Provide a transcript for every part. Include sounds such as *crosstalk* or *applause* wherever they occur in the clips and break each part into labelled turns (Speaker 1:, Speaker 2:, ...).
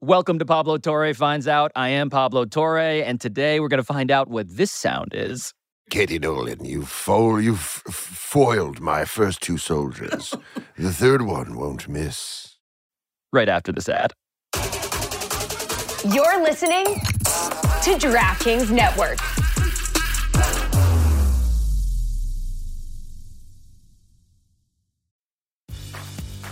Speaker 1: Welcome to Pablo Torre Finds Out. I am Pablo Torre, and today we're going to find out what this sound is.
Speaker 2: Katie Nolan, you foil, you f- f- foiled my first two *laughs* soldiers. the third one won't miss.
Speaker 1: Right after this ad.
Speaker 3: You're listening to DraftKings Network.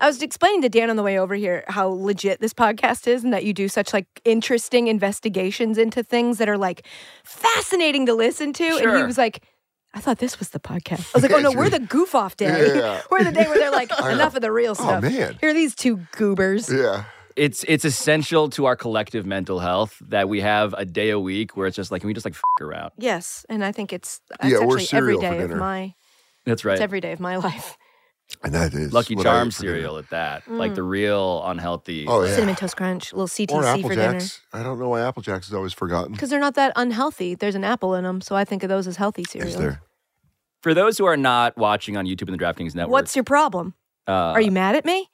Speaker 4: I was explaining to Dan on the way over here how legit this podcast is and that you do such like interesting investigations into things that are like fascinating to listen to. And he
Speaker 1: Sure.
Speaker 4: was like, I thought this was the podcast. I was like, oh no, we're the goof off day.
Speaker 2: Yeah.
Speaker 4: *laughs* we're the day where
Speaker 2: *laughs*
Speaker 4: they're like,
Speaker 2: know. Oh,
Speaker 4: enough of the real stuff.
Speaker 2: man.
Speaker 4: Here are these two goobers.
Speaker 2: Yeah.
Speaker 1: It's it's essential to our collective mental health that we have a day a week where it's just like, can we just like f- around?
Speaker 4: Yes. And I think it's that's
Speaker 2: Yeah, we're
Speaker 4: actually every
Speaker 2: cereal for
Speaker 4: day of
Speaker 2: dinner.
Speaker 4: my
Speaker 1: That's right.
Speaker 4: it's every day of my *laughs* life.
Speaker 2: And that is
Speaker 1: Lucky
Speaker 2: what I
Speaker 1: Charm
Speaker 2: eat for dinner.
Speaker 1: cereal at that.
Speaker 4: Mm.
Speaker 1: Like the real unhealthy.
Speaker 2: Oh yeah.
Speaker 4: Cinnamon toast crunch, little CTC
Speaker 2: or Apple
Speaker 4: for dinner.
Speaker 2: Jacks. I don't know why Apple Jacks is always forgotten.
Speaker 4: Because they're not that unhealthy. There's an apple in them, so I think of those as healthy
Speaker 2: Is
Speaker 4: cereals.
Speaker 2: there?
Speaker 1: For those who are not watching on YouTube and the DraftKings Network,
Speaker 4: What's your problem?
Speaker 1: uh,
Speaker 4: Are you mad at me?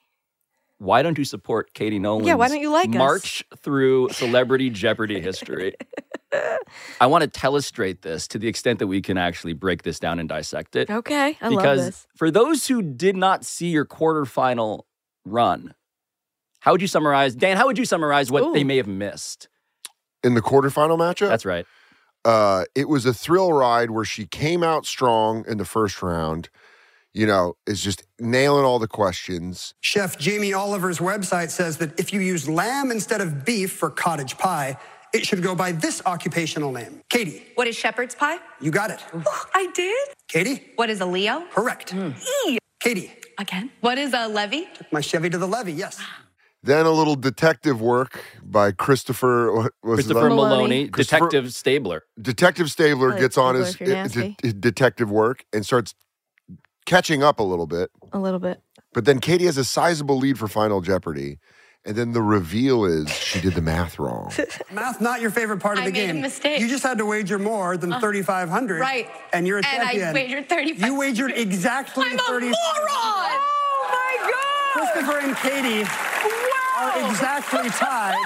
Speaker 1: why don't you support Katie Nolan?
Speaker 4: why don't you like us?
Speaker 1: March through
Speaker 4: *laughs*
Speaker 1: Celebrity Jeopardy history. I want to telestrate this to the extent that we can actually break this down and dissect it.
Speaker 4: Okay, Oh, I
Speaker 1: because
Speaker 4: love this.
Speaker 1: for those who did not see your quarterfinal run, how would you summarize, Dan? How would you summarize what
Speaker 4: Ooh.
Speaker 1: they may have missed?
Speaker 2: In the quarterfinal matchup?
Speaker 1: That's right.
Speaker 2: uh, it was a thrill ride where she came out strong in the first round. You know, is just nailing all the questions.
Speaker 5: Chef Jamie Oliver's website says that if you use lamb instead of beef for cottage pie, it should go by this occupational name. Katie,
Speaker 6: What is shepherd's pie? *gasps*
Speaker 5: you got it.
Speaker 6: I did.
Speaker 5: Katie,
Speaker 6: What is a Leo?
Speaker 5: correct. Katie,
Speaker 6: Again. What is a levy?
Speaker 5: took my Chevy to the levee, yes.
Speaker 2: Then a little detective work by Christopher. What was his
Speaker 1: Christopher
Speaker 2: last-
Speaker 1: Maloney,
Speaker 2: Christopher-
Speaker 1: Detective
Speaker 4: *laughs*
Speaker 1: Stabler.
Speaker 2: Detective Stabler
Speaker 4: Like,
Speaker 2: gets on
Speaker 4: Stabler
Speaker 2: his eh,
Speaker 4: if you're nasty.
Speaker 2: de- detective work and starts catching up a little bit.
Speaker 4: A little bit.
Speaker 2: But then Katie has a sizable lead for Final Jeopardy. And then the reveal is she did the math
Speaker 4: *laughs*
Speaker 2: wrong.
Speaker 5: Math not your favorite part of
Speaker 6: I
Speaker 5: the
Speaker 6: made a
Speaker 5: game.
Speaker 6: mistake. Uh-huh.
Speaker 5: You just had to wager more than 3500.
Speaker 6: right.
Speaker 5: And you're a
Speaker 6: And I
Speaker 5: champion.
Speaker 6: wagered 35.
Speaker 5: You wagered exactly
Speaker 6: I'm a
Speaker 5: 30.
Speaker 6: moron! Oh my
Speaker 5: Christopher and Katie are exactly tied.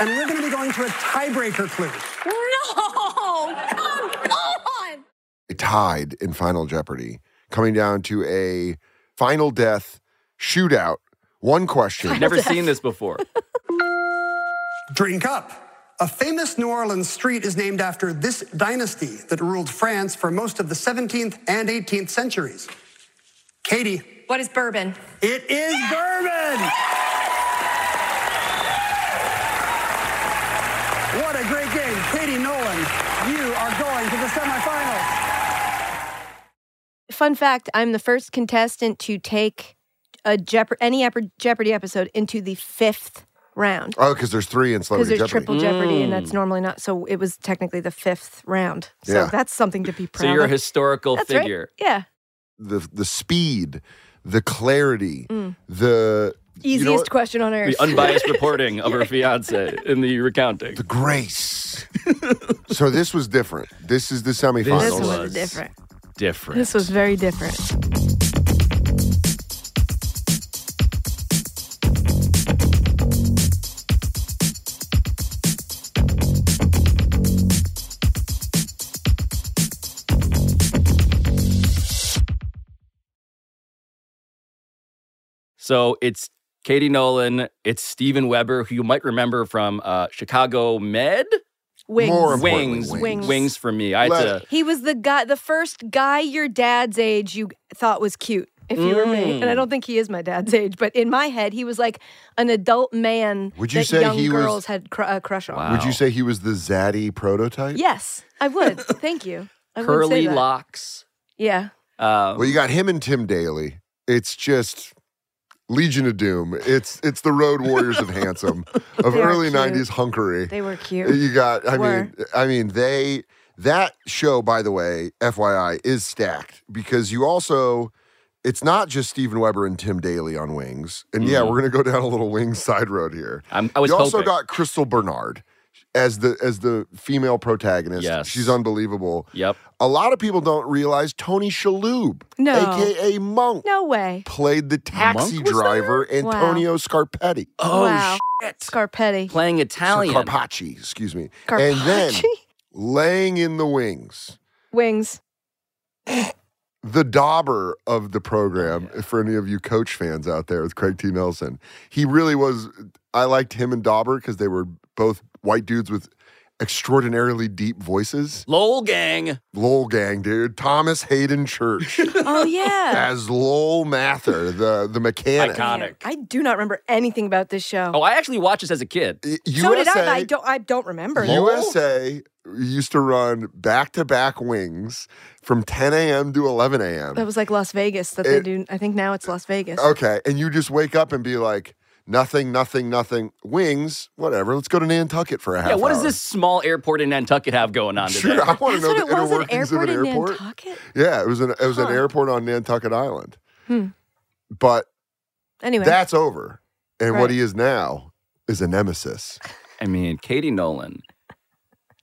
Speaker 5: and we're going to be going to a tiebreaker clue.
Speaker 6: *laughs* No! Come on!
Speaker 2: tied in Final Jeopardy, coming down to a final death shootout. One question.
Speaker 1: Never seen this
Speaker 4: *laughs*
Speaker 1: before.
Speaker 5: Drink up. A famous New Orleans street is named after this dynasty that ruled France for most of the 17th and 18th centuries. Katie,
Speaker 6: What is bourbon?
Speaker 5: it is bourbon. What a great game. Katie Nolan, you are going to the semifinals.
Speaker 4: Fun fact I'm the first contestant to take a Jeop- any Ep- Jeopardy episode into the fifth round.
Speaker 2: Oh, because there's three in
Speaker 4: Because
Speaker 2: Celebrity
Speaker 4: there's
Speaker 2: Jeopardy.
Speaker 4: triple Jeopardy, and
Speaker 1: Mm.
Speaker 4: that's normally not. So it was technically the fifth round. So
Speaker 2: Yeah.
Speaker 4: that's something to be
Speaker 1: *laughs*
Speaker 4: proud
Speaker 1: so you're a
Speaker 4: of.
Speaker 1: historical
Speaker 4: that's right.
Speaker 1: figure.
Speaker 4: Yeah.
Speaker 2: The the speed, the clarity, the you
Speaker 4: Mm. Easiest
Speaker 2: know what?
Speaker 4: question on earth.
Speaker 1: The unbiased reporting
Speaker 4: *laughs*
Speaker 1: of her fiance in the recounting.
Speaker 2: the grace. so this was different. This is the semifinals.
Speaker 1: This
Speaker 4: this one
Speaker 1: was-
Speaker 4: was different.
Speaker 1: Different.
Speaker 4: This was very different.
Speaker 1: So it's Katie Nolan, it's Steven Weber, who you might remember from uh, Chicago Med.
Speaker 4: Wings.
Speaker 2: More importantly,
Speaker 1: Wings,
Speaker 2: wings.
Speaker 1: wings, for me. I had to,
Speaker 2: Let-
Speaker 4: He was the guy, the first guy your dad's age you thought was cute, if you were me.
Speaker 2: Mm.
Speaker 4: And I don't think he is my dad's *laughs* age, but in my head, he was like an adult man
Speaker 2: Would you
Speaker 4: that
Speaker 2: say
Speaker 4: young
Speaker 2: he was-
Speaker 4: girls had cr- a crush on.
Speaker 1: Wow.
Speaker 2: Would you say he was the zaddy prototype?
Speaker 4: Yes, I
Speaker 2: *laughs*
Speaker 4: would. Thank you. I would say
Speaker 1: curly
Speaker 4: that.
Speaker 1: locks.
Speaker 4: Yeah.
Speaker 1: Um,
Speaker 2: Well, you got him and Tim Daly. It's just Legion of Doom. It's it's the Road
Speaker 1: *laughs*
Speaker 2: Warriors of handsome of
Speaker 4: They're
Speaker 2: early
Speaker 4: cute.
Speaker 2: '90s hunkery. Uh,
Speaker 4: They were cute.
Speaker 2: You got. I
Speaker 4: Were.
Speaker 2: mean, I mean they. That show, by the way, FYI, is stacked because you also. It's not just Stephen Weber and Tim Daly on Wings, and yeah, we're gonna go down a little Wings side road here.
Speaker 1: Mm-hmm. I'm, I was
Speaker 2: you also
Speaker 1: hoping.
Speaker 2: got Crystal Bernard as the as the female protagonist.
Speaker 1: Yes.
Speaker 2: she's unbelievable.
Speaker 1: Yep.
Speaker 2: A lot of people don't realize Tony Shalhoub,
Speaker 4: No.
Speaker 2: aka Monk,
Speaker 4: No way.
Speaker 2: played the taxi
Speaker 1: Monk was
Speaker 2: driver
Speaker 4: Wow.
Speaker 2: Antonio Scarpetti.
Speaker 1: oh,
Speaker 4: wow.
Speaker 1: shit.
Speaker 4: Scarpetti.
Speaker 1: Playing
Speaker 2: Sir
Speaker 1: Italian.
Speaker 2: Carpacci, excuse me. And then
Speaker 4: Carpacci?
Speaker 2: laying in the wings,
Speaker 4: *laughs* Wings.
Speaker 2: the dauber of the program,
Speaker 1: Oh,
Speaker 2: for any of you coach fans out there, with Craig T. Nelson. He really was. I liked him and Dauber because they were both white dudes with extraordinarily deep voices.
Speaker 1: Lowell gang.
Speaker 2: Lowell gang, dude. Thomas Hayden
Speaker 4: *laughs*
Speaker 2: Church
Speaker 4: Oh yeah.
Speaker 2: as Lowell Mather, the the mechanic.
Speaker 1: Iconic.
Speaker 4: I do not remember anything about this show.
Speaker 1: Oh, I actually watched this as a kid.
Speaker 2: I- USA,
Speaker 4: so did I. but I don't. I don't remember. that.
Speaker 2: USA used to run back to back wings from 10 a.m. to 11 a.m.
Speaker 4: That was like Las Vegas that they
Speaker 2: It-
Speaker 4: do. I think now it's Las Vegas.
Speaker 2: Okay. And you just wake up and be like, nothing, nothing, nothing. Wings, whatever. Let's go to Nantucket for a half
Speaker 1: Yeah, what
Speaker 2: hour.
Speaker 1: does this small airport in Nantucket have going on today?
Speaker 2: *laughs* Sure, I want to
Speaker 4: That's
Speaker 2: know
Speaker 4: what
Speaker 2: the
Speaker 4: it was.
Speaker 2: inner
Speaker 4: An
Speaker 2: workings
Speaker 4: airport
Speaker 2: of an
Speaker 4: in
Speaker 2: airport.
Speaker 4: Nantucket.
Speaker 2: Yeah, it was an it was
Speaker 4: Huh. Hmm.
Speaker 2: an airport on Nantucket Island. But
Speaker 4: Anyway,
Speaker 2: that's over. And
Speaker 4: Right.
Speaker 2: what he is now is a nemesis.
Speaker 1: I mean, Katie Nolan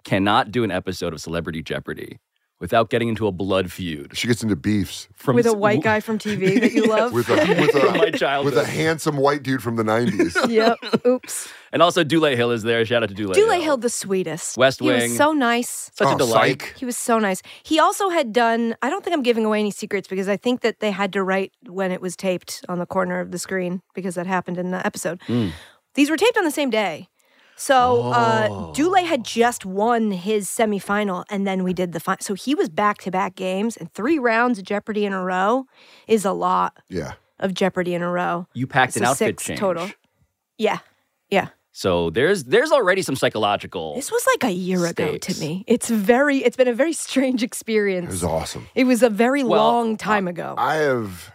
Speaker 1: cannot do an episode of Celebrity Jeopardy without getting into a blood feud
Speaker 2: She gets into
Speaker 4: *laughs*
Speaker 2: beefs
Speaker 1: from
Speaker 4: with a
Speaker 1: s-
Speaker 4: white guy from TV
Speaker 2: *laughs*
Speaker 4: that you love.
Speaker 2: with a with
Speaker 1: from my
Speaker 2: a
Speaker 1: childhood.
Speaker 2: with a handsome white dude from the 90s.
Speaker 4: *laughs* yep.
Speaker 2: *laughs*
Speaker 4: Oops.
Speaker 1: and also Dule Hill is there. Shout out to Dule.
Speaker 4: Dule Hill, the sweetest.
Speaker 1: West
Speaker 4: He
Speaker 1: Wing.
Speaker 4: was so nice.
Speaker 1: Such
Speaker 2: Oh,
Speaker 1: a delight.
Speaker 2: psych.
Speaker 4: He was so nice. He also had done. I don't think I'm giving away any secrets because I think that they had to write when it was taped on the corner of the screen because that happened in the episode.
Speaker 1: Hmm.
Speaker 4: These were taped on the same day. So
Speaker 2: Oh.
Speaker 4: uh, Dule had just won his semifinal, and then we did the final. So he was back to back games, and three rounds of Jeopardy in a row is a lot
Speaker 2: Yeah.
Speaker 4: of Jeopardy in a row.
Speaker 1: You packed an
Speaker 4: So
Speaker 1: outfit
Speaker 4: six
Speaker 1: change.
Speaker 4: total. Yeah, yeah.
Speaker 1: So there's there's already some psychological.
Speaker 4: This was like a year ago
Speaker 1: Stakes.
Speaker 4: to me. It's very. It's been a very strange
Speaker 2: It
Speaker 4: experience.
Speaker 2: was awesome.
Speaker 4: It was a very
Speaker 1: Well, uh,
Speaker 4: long time ago.
Speaker 2: I have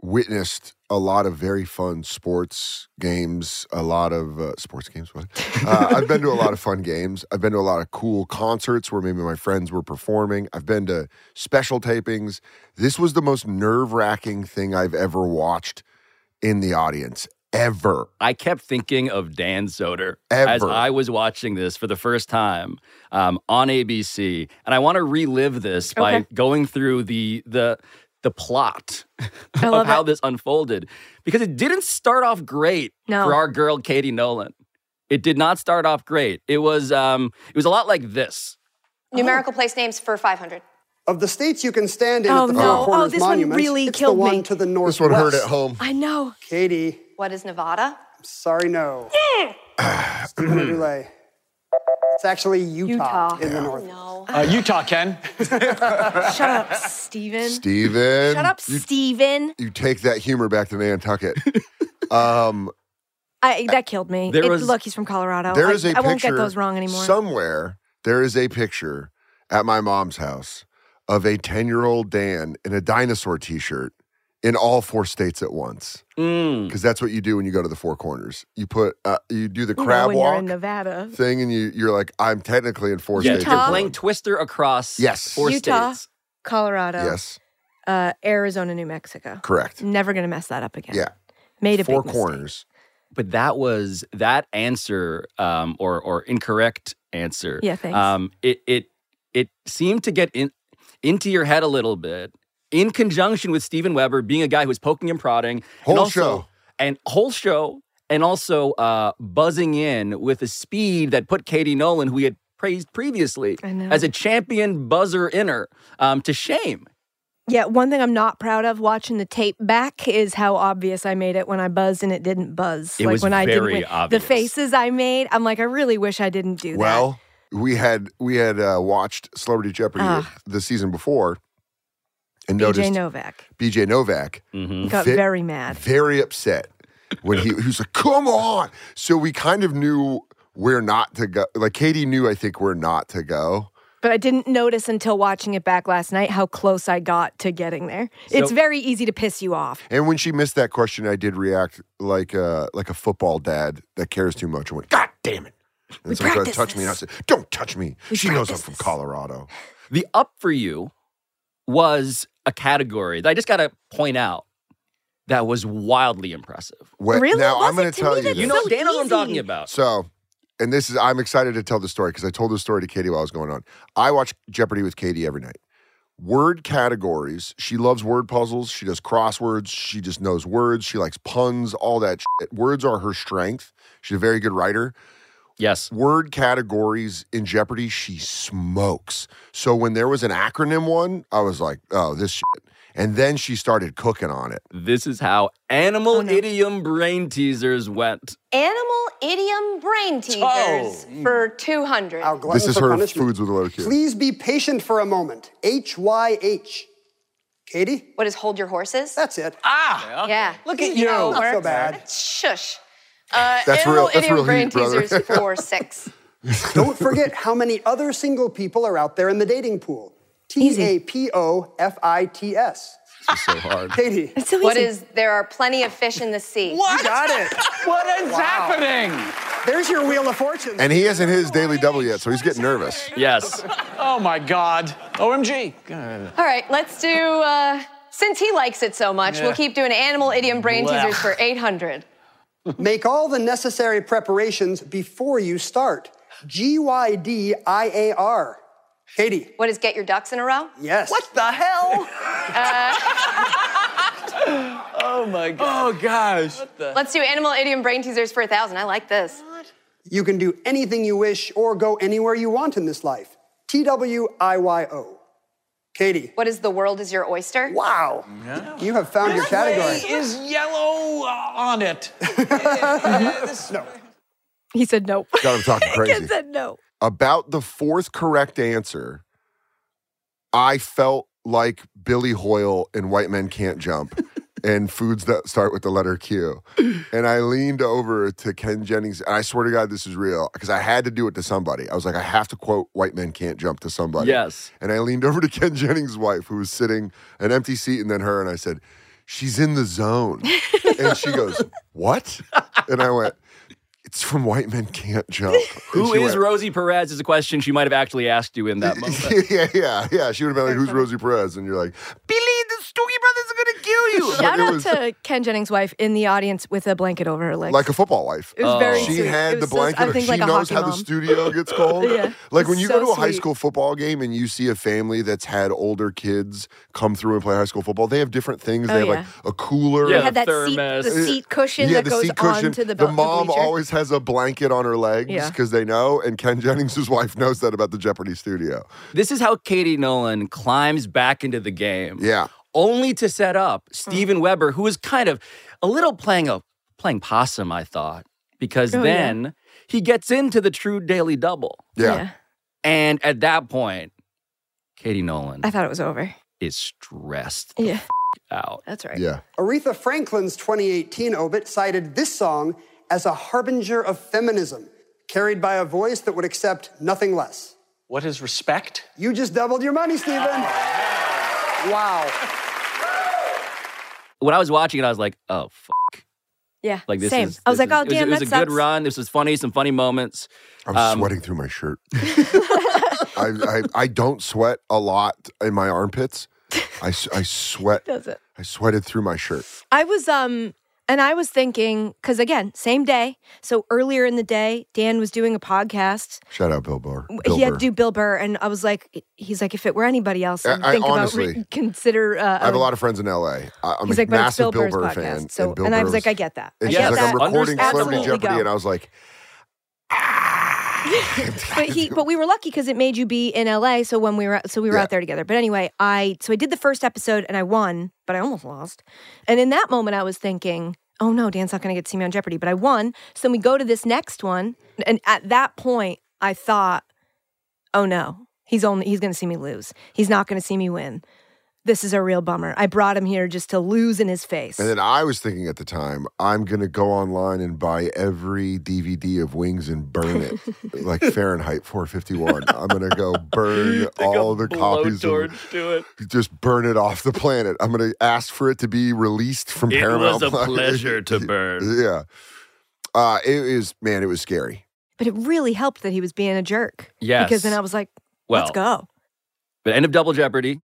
Speaker 2: witnessed a lot of very fun sports games, a lot of uh, sports games. What? Uh, I've been to a lot of fun games. I've been to a lot of cool concerts where maybe my friends were performing. I've been to special tapings. This was the most nerve wracking thing I've ever watched in the audience, ever.
Speaker 1: I kept thinking of Dan Soder as
Speaker 2: Ever.
Speaker 1: I was watching this for the first time um, on ABC, and I want to relive this by
Speaker 4: Okay.
Speaker 1: going through the the the plot *laughs* of
Speaker 4: love
Speaker 1: how
Speaker 4: it.
Speaker 1: this unfolded because it didn't start off great
Speaker 4: No.
Speaker 1: for our girl Katie Nolan. It did not start off great. It was um, it was a lot like this.
Speaker 6: Numerical place names for 500.
Speaker 5: Of the states you can stand in
Speaker 4: Oh,
Speaker 5: at the
Speaker 4: no.
Speaker 5: Four
Speaker 4: Oh,
Speaker 5: Corners
Speaker 4: this one
Speaker 5: Monument,
Speaker 4: really
Speaker 5: it's
Speaker 4: killed
Speaker 5: the one
Speaker 4: me.
Speaker 5: to the northwest.
Speaker 2: This one heard at home.
Speaker 4: I know.
Speaker 5: Katie,
Speaker 6: What is Nevada?
Speaker 5: sorry, no. Stephen Adulay. It's actually
Speaker 4: Utah.
Speaker 5: Utah, in the north.
Speaker 7: Uh, Utah, Ken.
Speaker 4: Shut up, Steven.
Speaker 2: Steven.
Speaker 4: Shut up,
Speaker 2: You,
Speaker 4: Steven.
Speaker 2: you take that humor back to Nantucket.
Speaker 4: I, that killed me.
Speaker 1: There
Speaker 4: It-
Speaker 1: was-
Speaker 4: look, he's from Colorado.
Speaker 2: There
Speaker 4: Oh, I,
Speaker 2: is a
Speaker 4: I
Speaker 2: picture.
Speaker 4: won't get those wrong anymore.
Speaker 2: Somewhere there is a picture at my mom's house of a ten-year-old Dan in a dinosaur T-shirt in all four states at once,
Speaker 1: Mm.
Speaker 2: because that's what you do when you go to the Four Corners. You put uh, you do the
Speaker 4: You know,
Speaker 2: crab
Speaker 4: when you're
Speaker 2: walk
Speaker 4: in Nevada.
Speaker 2: thing, and you you're like, I'm technically in four
Speaker 1: Yeah,
Speaker 2: states.
Speaker 1: you're
Speaker 4: Utah?
Speaker 2: at
Speaker 1: playing
Speaker 2: once.
Speaker 1: Twister across
Speaker 2: Yes.
Speaker 1: four
Speaker 4: Utah.
Speaker 1: states.
Speaker 4: Colorado.
Speaker 2: yes,
Speaker 4: Uh, Arizona, New Mexico.
Speaker 2: correct.
Speaker 4: Never going to mess that up again.
Speaker 2: Yeah,
Speaker 4: Made a
Speaker 2: four
Speaker 4: big mistake.
Speaker 2: corners.
Speaker 1: but that was that answer um, or or incorrect answer.
Speaker 4: Yeah, thanks.
Speaker 1: Um, it it it seemed to get in into your head a little bit in conjunction with Steven Weber being a guy who was poking and prodding and
Speaker 2: Whole
Speaker 1: also,
Speaker 2: show.
Speaker 1: and whole show and also uh, buzzing in with a speed that put Katie Nolan, who we had praised previously
Speaker 4: I know.
Speaker 1: as a champion buzzer inner, um, to shame.
Speaker 4: Yeah, one thing I'm not proud of watching the tape back is how obvious I made it when I buzzed and it didn't buzz.
Speaker 1: It
Speaker 4: like
Speaker 1: was
Speaker 4: when I didn't
Speaker 1: very
Speaker 4: win.
Speaker 1: obvious.
Speaker 4: The faces I made, I'm like, I really wish I didn't do that.
Speaker 2: Well, we had we had uh, watched Celebrity Jeopardy
Speaker 4: Ah.
Speaker 2: the season before, and
Speaker 4: BJ
Speaker 2: noticed
Speaker 4: Novak
Speaker 2: BJ Novak.
Speaker 4: got
Speaker 2: Fit-
Speaker 4: very mad.
Speaker 2: very upset when he, he was like, "Come on!" So we kind of knew where not to go. Like Katie knew, I think, where not to go.
Speaker 4: But I didn't notice until watching it back last night how close I got to getting there. it's
Speaker 1: So-
Speaker 4: very easy to piss you off.
Speaker 2: And when she missed that question, I did react like a like a football dad that cares too much and went, "God damn it!" And someone tried to
Speaker 4: practiced
Speaker 2: touch me, and I
Speaker 4: this.
Speaker 2: said, "Don't touch me." she knows I'm
Speaker 4: practiced
Speaker 2: from
Speaker 4: this.
Speaker 2: Colorado.
Speaker 1: The up for you was a category that I just got to point out that was wildly impressive.
Speaker 2: Well,
Speaker 4: Really?
Speaker 2: Now I'm
Speaker 4: Was it?
Speaker 2: going
Speaker 4: To
Speaker 2: tell
Speaker 4: me,
Speaker 2: you
Speaker 4: that's
Speaker 2: this.
Speaker 1: You know,
Speaker 4: so
Speaker 1: Dan knows what I'm
Speaker 4: easy.
Speaker 1: talking about.
Speaker 2: So, and this is I'm excited to tell the story because I told the story to Katie while I was going on. I watch Jeopardy with Katie every night. Word categories. She loves word puzzles. She does crosswords. She just knows words. She likes puns, all that shit. Words are her strength. She's a very good writer.
Speaker 1: Yes.
Speaker 2: word categories in Jeopardy, she smokes. So when there was an acronym one, I was like, oh, this shit. And then she started cooking on it.
Speaker 1: This is how animal
Speaker 4: Oh,
Speaker 1: idiom brain teasers went.
Speaker 6: Animal idiom brain
Speaker 2: Oh,
Speaker 6: teasers
Speaker 2: mm.
Speaker 6: for 200.
Speaker 5: Our glutton
Speaker 2: This is
Speaker 5: for
Speaker 2: her
Speaker 5: punishment.
Speaker 2: foods with a low Q.
Speaker 5: Please be patient for a moment. H Y H. Katie,
Speaker 6: What is hold your horses?
Speaker 5: that's it.
Speaker 7: Ah,
Speaker 6: yeah. Look
Speaker 5: at you. Not so bad.
Speaker 6: Shush. Uh,
Speaker 2: That's
Speaker 6: animal
Speaker 2: real- that's
Speaker 6: idiom
Speaker 2: real
Speaker 6: brain
Speaker 2: heat, brother. *laughs*
Speaker 6: teasers for six.
Speaker 5: Don't forget how many other single people are out there in the dating pool. T A P O F I T S.
Speaker 1: This is so hard.
Speaker 5: Katie,
Speaker 4: It's so
Speaker 6: What
Speaker 4: easy.
Speaker 6: is there are plenty of fish in the sea?
Speaker 5: you got it.
Speaker 7: *laughs* What is happening?
Speaker 5: There's your wheel of fortune.
Speaker 2: And he hasn't hit his daily double yet, so he's getting nervous.
Speaker 4: *laughs*
Speaker 1: Yes.
Speaker 7: Oh my God. OMG.
Speaker 8: Oh
Speaker 7: Good.
Speaker 6: All right, let's do. Uh, since he likes it so much, we'll
Speaker 7: Yeah.
Speaker 6: keep doing animal idiom brain
Speaker 7: Blech.
Speaker 6: teasers for 800.
Speaker 5: Make all the necessary preparations before you start. G Y D I A R. Katie,
Speaker 6: What is get your ducks in a row?
Speaker 5: yes.
Speaker 7: What the hell? oh my God. Oh gosh. What the?
Speaker 6: Let's do animal idiom brain teasers for 1,000. I like this.
Speaker 5: You can do anything you wish or go anywhere you want in this life. T W I Y O. Katie.
Speaker 6: What is the world is your oyster?
Speaker 5: Wow. You have found your category.
Speaker 7: Is yellow uh, on it?
Speaker 5: No.
Speaker 4: he said no.
Speaker 2: God, I'm
Speaker 4: *laughs*
Speaker 2: talking
Speaker 4: Ken
Speaker 2: crazy.
Speaker 4: said no.
Speaker 2: About the fourth correct answer, I felt like Billy Hoyle in White Men Can't Jump and foods that start with the letter Q. And I leaned over to Ken Jennings, and I swear to God, this is real, because I had to do it to somebody. I was like, I have to quote White Men Can't Jump to somebody.
Speaker 1: Yes.
Speaker 2: And I leaned over to Ken Jennings' wife, who was sitting an empty seat, and then her, and I said, She's in the zone. and she goes, What? And I went, It's from White Men Can't Jump.
Speaker 1: Who
Speaker 2: And she
Speaker 1: is
Speaker 2: went,
Speaker 1: Rosie Perez is a question she might have actually asked you in that moment.
Speaker 2: *laughs* yeah, yeah, yeah. She would have been like, "Who's Rosie Perez?" And you're like, "Billy, the Stoogie Brothers are gonna kill you." *laughs* But
Speaker 4: Shout
Speaker 2: it
Speaker 4: out
Speaker 2: was
Speaker 4: to Ken Jennings' wife in the audience with a blanket over her legs.
Speaker 2: like a football wife.
Speaker 4: it was very
Speaker 2: she
Speaker 4: sweet.
Speaker 2: had
Speaker 4: It
Speaker 2: the
Speaker 4: was so-
Speaker 2: blanket.
Speaker 4: I think
Speaker 2: she
Speaker 4: like a
Speaker 2: knows
Speaker 4: hockey
Speaker 2: how the
Speaker 4: mom.
Speaker 2: studio
Speaker 4: *laughs*
Speaker 2: gets cold.
Speaker 4: Yeah.
Speaker 2: Like when
Speaker 4: It's
Speaker 2: you
Speaker 4: so
Speaker 2: go to a high
Speaker 4: sweet.
Speaker 2: school football game and you see a family that's had older kids come through and play high school football, they have different things.
Speaker 4: Oh,
Speaker 2: they have
Speaker 4: yeah.
Speaker 2: like a cooler. Uh,
Speaker 1: Yeah,
Speaker 4: had that seat, the
Speaker 1: Thermos.
Speaker 4: seat cushion
Speaker 2: yeah,
Speaker 4: that
Speaker 2: the
Speaker 4: goes
Speaker 2: seat cushion.
Speaker 4: onto the belt.
Speaker 2: mom
Speaker 4: bleacher.
Speaker 2: always has a blanket on her legs
Speaker 4: Yeah.
Speaker 2: because they know, and Ken Jennings' *laughs* wife knows that about the Jeopardy studio.
Speaker 1: This is how Katie Nolan climbs back into the game.
Speaker 2: Yeah.
Speaker 1: Only to set
Speaker 4: Hmm.
Speaker 1: up Steven Weber, who was kind of a little playing a playing possum, I thought, because
Speaker 4: Oh, yeah.
Speaker 1: then he gets into the true daily double.
Speaker 2: Yeah.
Speaker 1: And at that point, Katie Nolan
Speaker 4: I thought it was over.
Speaker 1: is stressed the
Speaker 4: Yeah,
Speaker 1: f- out.
Speaker 4: that's right.
Speaker 2: yeah.
Speaker 5: Aretha Franklin's 2018 obit cited this song as a harbinger of feminism, carried by a voice that would accept nothing less.
Speaker 7: What is respect?
Speaker 5: You just doubled your money, Stephen. Wow.
Speaker 1: When I was watching it, I was like, oh, f-.
Speaker 4: Yeah,
Speaker 1: like this
Speaker 4: same.
Speaker 1: is.
Speaker 4: I was
Speaker 1: this
Speaker 4: like, oh
Speaker 1: is-
Speaker 4: damn,
Speaker 1: it was,
Speaker 4: that
Speaker 1: it was a
Speaker 4: sucks.
Speaker 1: good run. This was funny, some funny moments.
Speaker 2: I'm
Speaker 1: Um,
Speaker 2: sweating through my shirt. I, I I don't sweat a lot in my armpits. I, s- I sweat.
Speaker 4: Doesn't.
Speaker 2: I sweated through my shirt.
Speaker 4: I was um and I was thinking cuz again, same day. So earlier in the day, Dan was doing a podcast.
Speaker 2: Shout out Bill Burr.
Speaker 4: W-
Speaker 2: Bill
Speaker 4: he had
Speaker 2: Burr.
Speaker 4: to do Bill Burr and I was like he's like if it were anybody else,
Speaker 2: I-
Speaker 4: I'd
Speaker 2: I
Speaker 4: think about
Speaker 2: honestly-
Speaker 4: re- consider uh
Speaker 2: I have a lot of friends in LA. I, I'm
Speaker 4: He's
Speaker 2: a
Speaker 4: like, but it's
Speaker 2: massive
Speaker 4: Bill
Speaker 2: Bill
Speaker 4: Burr's
Speaker 2: Burr
Speaker 4: podcast,
Speaker 2: fan.
Speaker 4: so-
Speaker 2: Bill
Speaker 4: and I
Speaker 2: Burr
Speaker 4: was like, I get that. I
Speaker 2: And
Speaker 4: get
Speaker 2: she's like,
Speaker 4: that.
Speaker 2: I'm recording Celebrity
Speaker 4: Absolutely
Speaker 2: Jeopardy,
Speaker 4: go.
Speaker 2: and I was like,
Speaker 4: but he but we were lucky because it made you be in LA. So when we were so we were
Speaker 2: Yeah.
Speaker 4: out there together. But anyway, I so I did the first episode and I won, but I almost lost. And in that moment, I was thinking, oh no, Dan's not going to get to see me on Jeopardy. But I won. So then we go to this next one, and at that point, I thought, oh no, he's only he's going to see me lose. He's not going to see me win. this is a real bummer. I brought him here just to lose in his face.
Speaker 2: And then I was thinking at the time, I'm going to go online and buy every DVD of Wings and burn it,
Speaker 4: *laughs*
Speaker 2: like Fahrenheit 451. I'm going to go burn all the copies of
Speaker 7: Blowtorch to it.
Speaker 2: just burn it off the planet. I'm going to ask for it to be released from
Speaker 7: It was
Speaker 2: Paramount.
Speaker 7: a
Speaker 2: Plus.
Speaker 7: pleasure
Speaker 2: *laughs*
Speaker 7: to burn.
Speaker 2: yeah. Uh, it is, man, it was scary.
Speaker 4: But it really helped that he was being a jerk.
Speaker 1: Yes.
Speaker 4: Because then I was like, let's
Speaker 1: Well,
Speaker 4: go.
Speaker 1: But end of Double Jeopardy,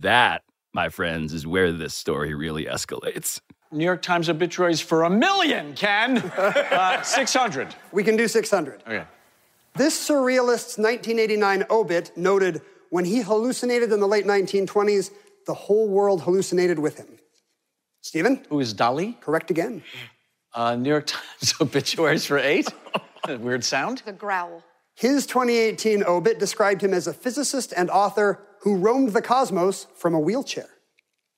Speaker 1: that, my friends, is where this story really escalates.
Speaker 8: New York Times obituaries for a million, *laughs* Ken. Uh, 600.
Speaker 5: We can do 600.
Speaker 8: Okay.
Speaker 5: This surrealist's 1989 obit noted when he hallucinated in the late 1920s, the whole world hallucinated with him. Stephen,
Speaker 8: Who is Dolly?
Speaker 5: correct again.
Speaker 8: Uh, New York *laughs* Times obituaries for eight. Weird sound.
Speaker 6: The growl.
Speaker 5: His 2018 obit described him as a physicist and author who roamed the cosmos from a wheelchair.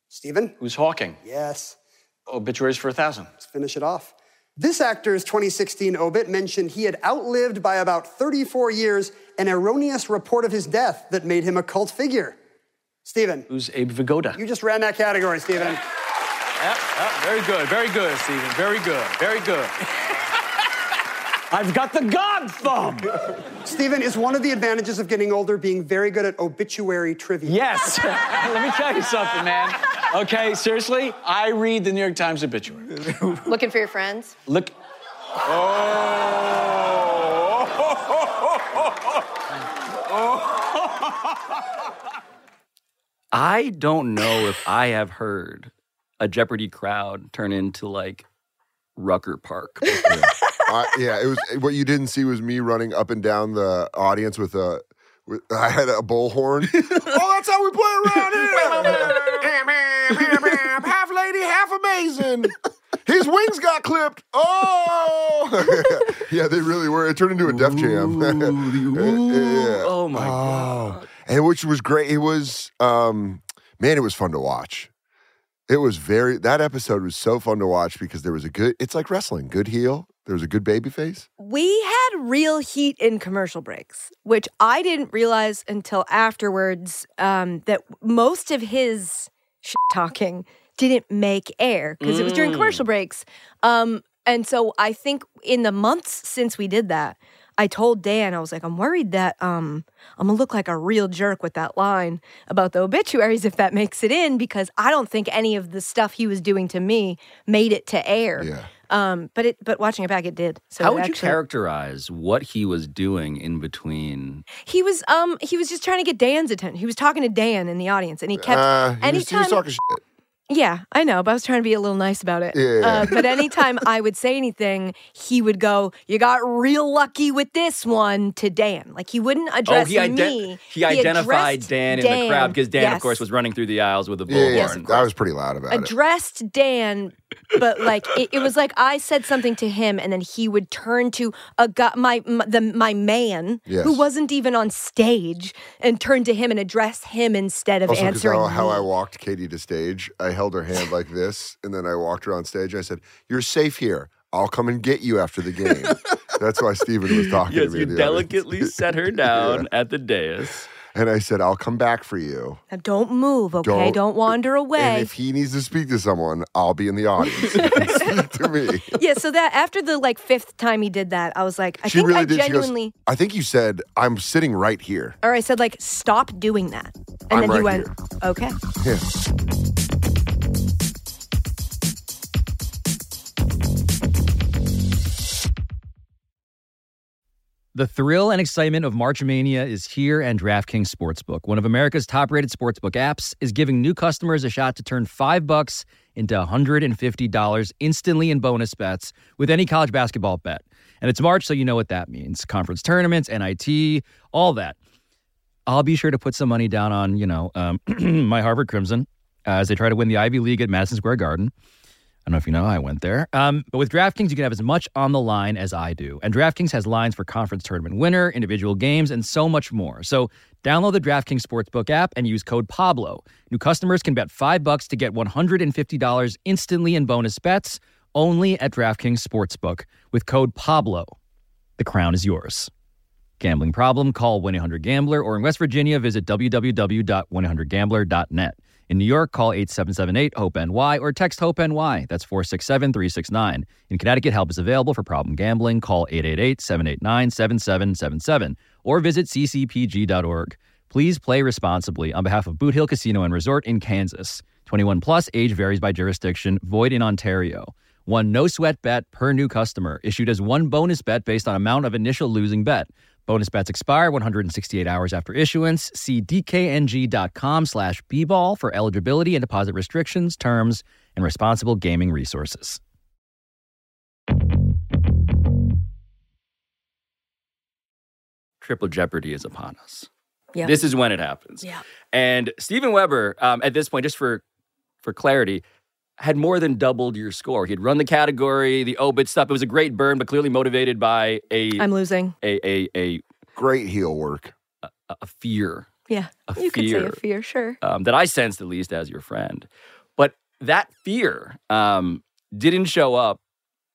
Speaker 5: Stephen?
Speaker 8: Who's Hawking?
Speaker 5: Yes.
Speaker 8: Obituaries for a thousand.
Speaker 5: Let's finish it off. This actor's 2016 obit mentioned he had outlived by about 34 years an erroneous report of his death that made him a cult figure. Stephen,
Speaker 8: Who's Abe Vigoda?
Speaker 5: you just ran that category, Stephen.
Speaker 8: Yep, yep, very good, very good, Stephen. Very good, very good. *laughs* I've got the God thumb.
Speaker 5: Stephen is one of the advantages of getting older being very good at obituary trivia.
Speaker 8: Yes. *laughs* Let me tell you something, man. Okay, seriously, I read the New York Times obituary.
Speaker 6: Looking for your friends.
Speaker 8: Look.
Speaker 1: I don't know if I have heard a Jeopardy crowd turn into like Rucker *laughs* Park.
Speaker 2: I, yeah, it was what you didn't see was me running up and down the audience with a. with- I had a bullhorn. *laughs* oh, that's how we play around here.
Speaker 1: *laughs*
Speaker 2: half lady, half amazing. His wings got clipped. Oh, *laughs* yeah, they really were. It turned into a Def Jam. *laughs* Yeah.
Speaker 1: Oh my god.
Speaker 2: Oh, and which was great. It was, um, man, it was fun to watch. It was very that episode was so fun to watch because there was a good. It's like wrestling, good heel. There was a good baby face.
Speaker 4: We had real heat in commercial breaks, which I didn't realize until afterwards um, that most of his shit talking didn't make air because it was during commercial breaks. Um, and so I think in the months since we did that, I told Dan, I was like, I'm worried that um, I'm gonna look like a real jerk with that line about the obituaries if that makes it in, because I don't think any of the stuff he was doing to me made it to air.
Speaker 2: Yeah.
Speaker 4: Um, but it, but watching it back, it did. So
Speaker 1: How
Speaker 4: it
Speaker 1: would you
Speaker 4: actually-
Speaker 1: characterize what he was doing in between?
Speaker 4: He was um he was just trying to get Dan's attention. He was talking to Dan in the audience, and he kept
Speaker 2: Uh, he, was, he
Speaker 4: anytime.
Speaker 2: was talking shit.
Speaker 4: yeah, I know, but I was trying to be a little nice about it.
Speaker 2: Yeah.
Speaker 4: Uh, but anytime I would say anything, he would go, "You got real lucky with this one," to Dan. Like he wouldn't address
Speaker 1: Oh, he, ide-
Speaker 4: me.
Speaker 1: he identified
Speaker 4: addressed
Speaker 1: Dan, in the crowd because Dan, of
Speaker 4: Yes.
Speaker 1: course, was running through the aisles with a bullhorn.
Speaker 2: Yeah, yeah, I was pretty loud about it.
Speaker 4: addressed Dan, but like it, it was like I said something to him, and then he would turn to a guy, my, my the my man
Speaker 2: Yes.
Speaker 4: who wasn't even on stage, and turn to him and address him instead of
Speaker 2: Also, because
Speaker 4: answering.
Speaker 2: how, how
Speaker 4: me.
Speaker 2: I walked Katie to stage, I held her hand like this, and then I walked her on stage. I said, "You're safe here. I'll come and get you after the
Speaker 4: *laughs*
Speaker 2: game." That's why Steven was talking
Speaker 1: Yes,
Speaker 2: to me.
Speaker 1: you
Speaker 2: in the audience. *laughs*
Speaker 1: delicately set *laughs* her down at the dais.
Speaker 2: and I said, "I'll come back for you."
Speaker 4: Now don't move, okay?
Speaker 2: Don't-
Speaker 4: Don't, wander
Speaker 2: And
Speaker 4: away.
Speaker 2: if he needs to speak to someone, I'll be in the
Speaker 4: *laughs*
Speaker 2: audience. speak to me.
Speaker 4: yeah, so that after the like fifth time he did that, I was like, I
Speaker 2: she
Speaker 4: think
Speaker 2: really
Speaker 4: I
Speaker 2: did.
Speaker 4: genuinely,
Speaker 2: She goes, I think you said, I'm sitting right here. *laughs*
Speaker 4: or I said like, stop doing that,
Speaker 2: I'm
Speaker 4: and then he
Speaker 2: right
Speaker 4: went,
Speaker 2: here.
Speaker 4: okay.
Speaker 2: Yeah.
Speaker 9: The thrill and excitement of March Mania is here, and DraftKings Sportsbook, one of America's top-rated sportsbook apps, is giving new customers a shot to turn five bucks into $150 instantly in bonus bets with any college basketball bet. And it's March, so you know what that means: conference tournaments, NIT, all that. I'll be sure to put some money down on, you know, um, *clears throat* my Harvard Crimson uh, as they try to win the Ivy League at Madison Square Garden. I don't know if you know, I went there. Um, but with DraftKings, you can have as much on the line as I do. And DraftKings has lines for conference tournament winner, individual games, and so much more. So download the DraftKings Sportsbook app and use code Pablo. New customers can bet five bucks to get $150 instantly in bonus bets only at DraftKings Sportsbook with code Pablo. The crown is yours. Gambling problem? Call 1 800 Gambler or in West Virginia, visit www.1800Gambler.net. In New York, call 8778 HOPE NY or text HOPE NY. That's 467 369. In Connecticut, help is available for problem gambling. Call 888 789 7777 or visit ccpg.org. Please play responsibly on behalf of Boot Hill Casino and Resort in Kansas. 21 plus age varies by jurisdiction, void in Ontario. One no sweat bet per new customer, issued as one bonus bet based on amount of initial losing bet. Bonus bets expire 168 hours after issuance. See dkng.com slash bball for eligibility and deposit restrictions, terms, and responsible gaming resources.
Speaker 1: Triple Jeopardy is upon us.
Speaker 4: Yeah.
Speaker 1: This is when it happens.
Speaker 4: Yeah.
Speaker 1: And Steven Weber, um, at this point, just for for clarity, had more than doubled your score. He had run the category, the obit stuff. It was a great burn, but clearly motivated by a
Speaker 4: I'm losing.
Speaker 1: a a, a,
Speaker 2: great heel work,
Speaker 1: a, a fear,
Speaker 4: Yeah.
Speaker 1: a
Speaker 4: you could say
Speaker 1: fear
Speaker 4: a fear, sure.
Speaker 1: um, that I sensed at least as your friend. But that fear um, didn't show up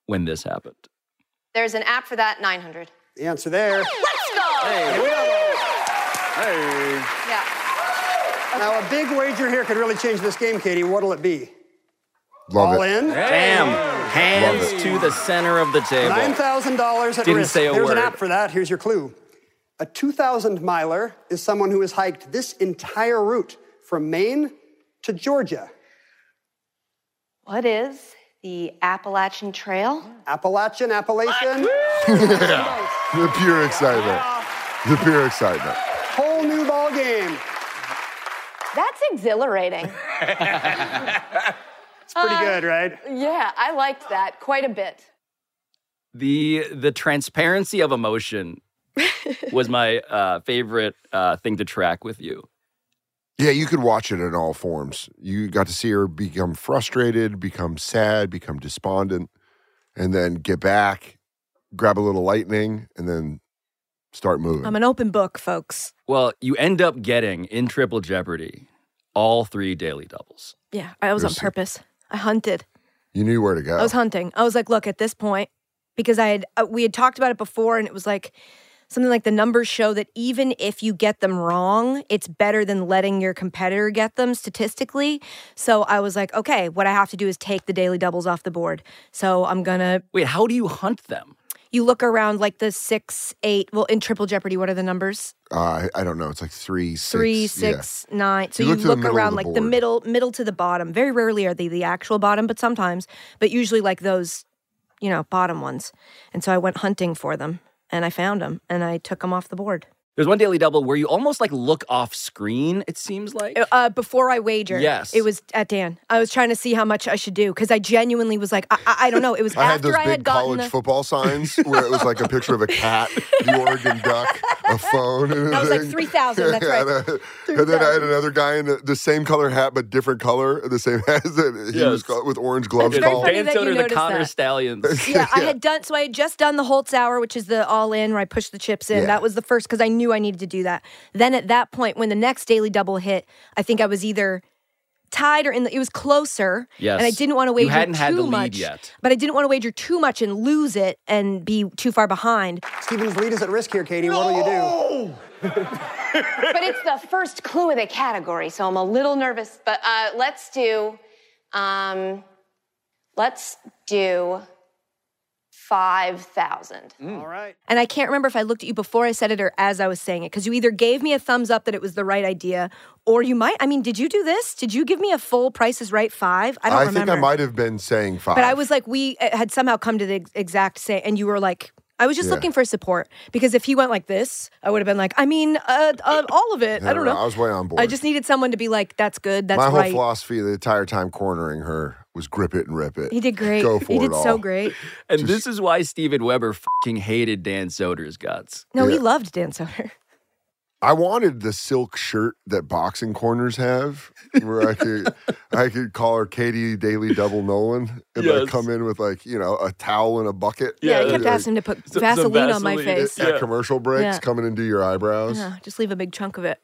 Speaker 1: when this happened.
Speaker 6: There's an app for that, 900.
Speaker 5: The answer there.
Speaker 6: Let's go!
Speaker 8: Hey.
Speaker 6: Yeah.
Speaker 5: Now, a big wager here could really change this game, Katie. What'll it be?
Speaker 2: love
Speaker 5: All
Speaker 2: it.
Speaker 5: in.
Speaker 1: Bam!
Speaker 2: Love
Speaker 1: Hands
Speaker 2: it.
Speaker 1: to the center of the table.
Speaker 5: $9,000 at
Speaker 1: Didn't
Speaker 5: risk.
Speaker 1: say a
Speaker 5: There's
Speaker 1: word.
Speaker 5: an app for that. Here's your clue. A 2,000 miler is someone who has hiked this entire route from Maine to Georgia.
Speaker 6: What is the Appalachian Trail?
Speaker 5: Appalachian, Appalachian,
Speaker 2: The pure excitement. The pure excitement.
Speaker 5: whole new ball game.
Speaker 6: That's exhilarating.
Speaker 5: It's pretty good, right?
Speaker 6: *laughs* yeah, I liked that quite a bit.
Speaker 1: the the transparency of
Speaker 4: *laughs*
Speaker 1: emotion was my uh, favorite uh, thing to track with you.
Speaker 2: Yeah, you could watch it in all forms. You got to see her become frustrated, become sad, become despondent, and then get back, grab a little lightning, and then start moving.
Speaker 4: I'm an open book, folks.
Speaker 1: Well, you end up getting in triple jeopardy all three daily doubles.
Speaker 4: Yeah. I was on purpose. I hunted.
Speaker 2: you knew where to go.
Speaker 4: I was hunting. I was like, look, at this point, because I had uh, we had talked about it before, and it was like something like the numbers show that even if you get them wrong, it's better than letting your competitor get them statistically. So I was like, okay, what I have to do is take the daily doubles off the board. So I'm gonna
Speaker 1: Wait, how do you hunt them?
Speaker 4: you look around like the six, eight. Well, in Triple Jeopardy, what are the numbers?
Speaker 2: uh, I, I don't know. It's like three, six.
Speaker 4: Three,
Speaker 2: yeah.
Speaker 4: six, nine. So
Speaker 2: You
Speaker 4: you,
Speaker 2: look to the
Speaker 4: look,
Speaker 2: middle of
Speaker 4: around
Speaker 2: the
Speaker 4: like the
Speaker 2: board.
Speaker 4: middle, middle to the bottom. Very rarely are they the actual bottom, but sometimes. But usually like those, you know, bottom ones. And so I went hunting for them, and I found them, and I took them off the board
Speaker 1: There's one daily double where you almost like look off screen. It seems like
Speaker 4: uh, before I wagered.
Speaker 1: Yes.
Speaker 4: it was at Dan. I was trying to see how much I should do because I genuinely was like, I, I, I don't know. It was
Speaker 2: I had
Speaker 4: after
Speaker 2: those
Speaker 4: I
Speaker 2: big
Speaker 4: had gotten
Speaker 2: college
Speaker 4: the-
Speaker 2: football signs where it was like a picture of a cat,
Speaker 4: *laughs*
Speaker 2: the Oregon duck, a phone. And
Speaker 4: That was like
Speaker 2: everything.
Speaker 4: 3,000,
Speaker 2: *laughs*
Speaker 4: that's
Speaker 2: Yeah, and,
Speaker 4: right.
Speaker 2: uh, and then I had another guy in the, the same color hat but different color, the same *laughs* as it. He
Speaker 1: Yes.
Speaker 2: was called, with orange gloves
Speaker 4: very
Speaker 2: called.
Speaker 4: funny that
Speaker 1: Pants
Speaker 4: you
Speaker 1: under the
Speaker 4: noticed
Speaker 1: Connor
Speaker 4: that.
Speaker 1: Stallions.
Speaker 4: *laughs* yeah, I had done so. I had just done the Holtz hour, which is the all in where I push the chips in.
Speaker 2: Yeah.
Speaker 4: That was the first because I knew I needed to do that. Then at that point, when the next daily double hit, I think I was either tied or in the, it was closer.
Speaker 1: Yes.
Speaker 4: and I didn't want to
Speaker 1: You
Speaker 4: wager
Speaker 1: hadn't
Speaker 4: too
Speaker 1: had the lead
Speaker 4: much
Speaker 1: yet.
Speaker 4: but I didn't want to wager too much and lose it and be too far behind.
Speaker 5: Steven's lead is at risk here, Katie. What'll you do?
Speaker 6: But it's the first clue of the category, so I'm a little nervous. But uh, let's do, um, let's do five thousand.
Speaker 5: All right.
Speaker 4: And I can't remember if I looked at you before I said it or as I was saying it because you either gave me a thumbs up that it was the right idea, or you might. I mean, did you do this? Did you give me a full Price is Right five? I don't
Speaker 2: I
Speaker 4: remember.
Speaker 2: think I might have been saying five.
Speaker 4: But I was like, we uh, had somehow come to the ex- exact same, and you were like, I was just
Speaker 2: Yeah.
Speaker 4: looking for support because if he went like this, I would have been like, I mean, uh, uh, all of it. I don't know.
Speaker 2: I was way on board.
Speaker 4: I just needed someone to be like, that's good, that's
Speaker 2: My whole
Speaker 4: right.
Speaker 2: philosophy the entire time cornering her was grip it and rip it.
Speaker 4: he did great.
Speaker 2: Go for
Speaker 4: he
Speaker 2: it
Speaker 4: did
Speaker 2: all.
Speaker 4: so great.
Speaker 1: and this is why Steven Weber fucking hated Dan Soder's guts.
Speaker 4: No, he
Speaker 2: Yeah.
Speaker 4: loved Dan Soder. *laughs*
Speaker 2: I wanted the silk shirt that boxing corners have, where I
Speaker 1: *laughs*
Speaker 2: could I could call her Katie Daily Double Nolan and
Speaker 1: Yes.
Speaker 2: like come in with like you know a towel and a bucket.
Speaker 4: Yeah,
Speaker 1: Yeah,
Speaker 4: I
Speaker 5: uh,
Speaker 4: kept
Speaker 1: yeah.
Speaker 4: asking him to put
Speaker 1: Some- some
Speaker 4: Vaseline, on my
Speaker 1: Vaseline.
Speaker 4: face.
Speaker 2: at
Speaker 1: Yeah.
Speaker 2: commercial breaks,
Speaker 4: Yeah. Uh-huh.
Speaker 2: come in and do your eyebrows. Yeah,
Speaker 4: Yeah, just leave a big chunk of it.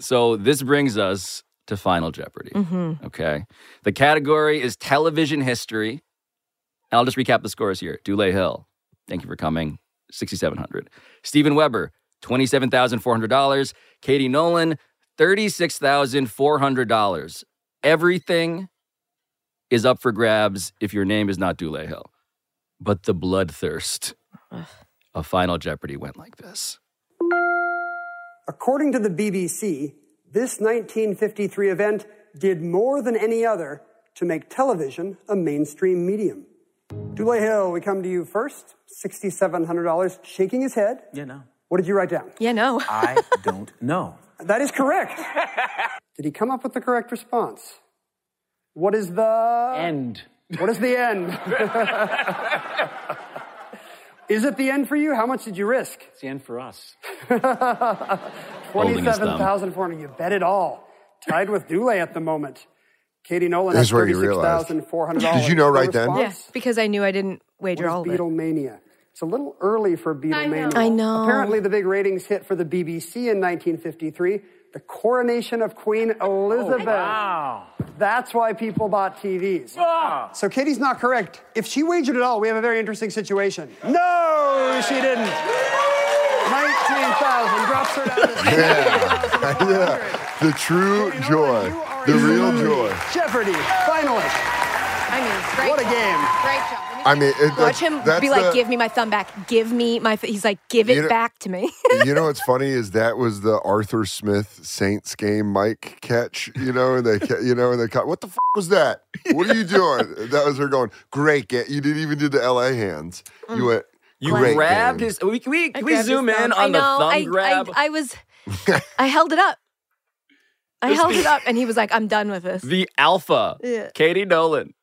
Speaker 1: So this brings us to Final Jeopardy. Okay. The category is television history. And I'll just recap the scores here. Dule Hill, thank you for coming, 6,700. Stephen Weber, $27,400. Katie Nolan, $36,400. Everything is up for grabs if your name is not Dule Hill. But the bloodthirst of Final Jeopardy went like this.
Speaker 5: According to the BBC, this 1953 event did more than any other to make television a mainstream medium. Dule Hill, we come to you first. $6,700, shaking his head.
Speaker 8: Yeah, no.
Speaker 5: What did you write down?
Speaker 4: Yeah, no.
Speaker 8: I don't know.
Speaker 5: That is
Speaker 8: *laughs*
Speaker 5: correct. did he come up with the correct response? What is the
Speaker 8: End.
Speaker 5: What is the
Speaker 8: *laughs*
Speaker 5: end? is it the end for you? How much did you risk?
Speaker 8: It's the end for us.
Speaker 5: *laughs*
Speaker 1: Holding his thumb.
Speaker 5: 27,400. You bet it all. Tied with Dule at the moment. Katie Nolan
Speaker 2: This
Speaker 5: has
Speaker 2: is where you realized.
Speaker 5: $36,400.
Speaker 2: Did you know right then?
Speaker 4: *laughs* Yeah, because I knew I didn't wager all
Speaker 5: What
Speaker 4: of
Speaker 5: is
Speaker 4: it.
Speaker 5: Beatlemania? It's a little early for Beatlemania.
Speaker 4: I know.
Speaker 5: Apparently, the big ratings hit for the BBC in 1953, the coronation of Queen Elizabeth.
Speaker 8: Oh, Wow.
Speaker 5: That's why people bought TVs.
Speaker 8: Ah.
Speaker 5: So Katie's not correct. If she wagered at all, we have a very interesting situation. No, she didn't. 19,000 drops her down to
Speaker 2: *laughs* Yeah.
Speaker 5: 6,100.
Speaker 2: yeah. The true
Speaker 5: You know what?
Speaker 2: joy.
Speaker 5: You are
Speaker 2: The
Speaker 5: a
Speaker 2: real
Speaker 5: true
Speaker 2: joy.
Speaker 5: Jeopardy finalist.
Speaker 4: I mean, great.
Speaker 5: What a game.
Speaker 6: Great job.
Speaker 2: I mean, it,
Speaker 4: Watch
Speaker 2: that's-
Speaker 4: him
Speaker 2: that's
Speaker 4: be like,
Speaker 2: the-
Speaker 4: "Give me my thumb back. Give me my." Th-. He's like, "Give it
Speaker 2: You know-
Speaker 4: back to me." *laughs*
Speaker 2: you know what's funny is that was the Arthur Smith Saints game mic catch. You know, and they, ca- you know, and they caught. What the f- was that? What
Speaker 1: *laughs*
Speaker 2: are you doing? that was her going. Great, get you didn't even do the L.A. hands. You
Speaker 1: Mm.
Speaker 2: went.
Speaker 1: You
Speaker 2: great
Speaker 1: grabbed
Speaker 2: game."
Speaker 1: his. We, can we,
Speaker 4: I
Speaker 1: can we
Speaker 4: grabbed his
Speaker 1: zoom in
Speaker 4: thumb.
Speaker 1: on
Speaker 4: I
Speaker 1: the
Speaker 4: know,
Speaker 1: thumb
Speaker 4: I,
Speaker 1: grab?
Speaker 4: I,
Speaker 2: *laughs*
Speaker 4: I was, I held it up. I held it up, and he was like, "I'm done with this."
Speaker 1: the alpha,
Speaker 4: Yeah.
Speaker 1: Katie Nolan.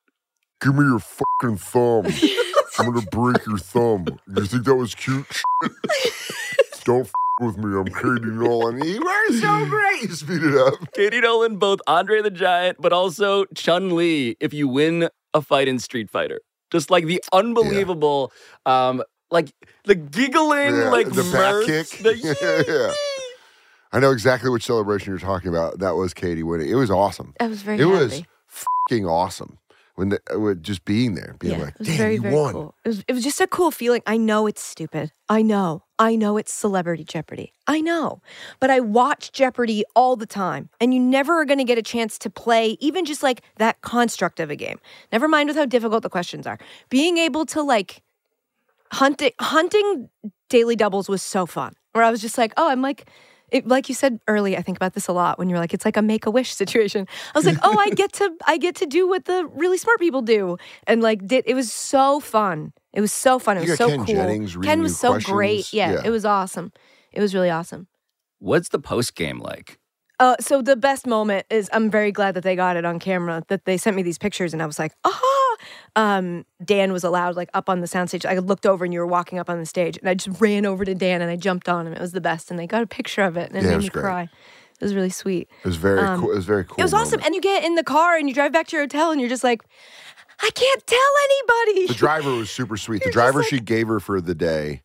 Speaker 2: Give me your fucking thumb.
Speaker 1: *laughs*
Speaker 2: I'm gonna break your thumb. You think that was cute? Don't f- with me. I'm Katie Nolan. You are so great. You speed it up.
Speaker 1: Katie Nolan, both Andre the Giant, but also Chun Li, if you win a fight in Street Fighter. Just like the unbelievable, um, like the giggling,
Speaker 2: Yeah,
Speaker 1: like
Speaker 2: the
Speaker 1: mirth,
Speaker 2: back kick.
Speaker 1: the-
Speaker 2: *laughs* yeah. I know exactly which celebration you're talking about. That was Katie winning. It was awesome.
Speaker 4: I was very
Speaker 2: it was
Speaker 4: happy.
Speaker 2: fucking awesome when the, uh, with just being there, being
Speaker 4: yeah,
Speaker 2: like,
Speaker 4: it was
Speaker 2: "Damn,
Speaker 4: very
Speaker 2: you
Speaker 4: very
Speaker 2: won!"
Speaker 4: cool. It was it was just a cool feeling. I know it's stupid. I know. I know it's celebrity Jeopardy. I know, but I watch Jeopardy all the time, and you never are going to get a chance to play even just like that construct of a game. Never mind with how difficult the questions are. Being able to like hunting hunting daily doubles was so fun. Where I was just like, oh, I'm like, it, like you said early, I think about this a lot when you're like, it's like a make a wish situation. I was like, oh, I get to I get to do what the really smart people do, and like, did it was so fun. It was so fun. It
Speaker 2: You
Speaker 4: was
Speaker 2: got
Speaker 4: so
Speaker 2: Ken
Speaker 4: cool.
Speaker 2: Jennings reading
Speaker 4: Ken
Speaker 2: you
Speaker 4: was so great.
Speaker 2: questions.
Speaker 4: Yeah,
Speaker 2: Yeah.
Speaker 4: it was awesome. It was really awesome.
Speaker 1: What's the post game like?
Speaker 4: Uh, so the best moment is I'm very glad that they got it on camera. That they sent me these pictures, and I was like, "Ah!" Um, Dan was allowed like up on the soundstage. I looked over, and you were walking up on the stage, and I just ran over to Dan, and I jumped on him. It was the best, and they got a picture of it, and it
Speaker 2: Yeah, it
Speaker 4: made
Speaker 2: was
Speaker 4: me
Speaker 2: great.
Speaker 4: cry. It was really sweet.
Speaker 2: It was very cool. It was very cool.
Speaker 4: Um, it was awesome,
Speaker 2: moment.
Speaker 4: and you get in the car, and you drive back to your hotel, and you're just like, "I can't tell anybody."
Speaker 2: the driver was super sweet. The
Speaker 4: You're just
Speaker 2: driver
Speaker 4: like-
Speaker 2: she gave her for the day,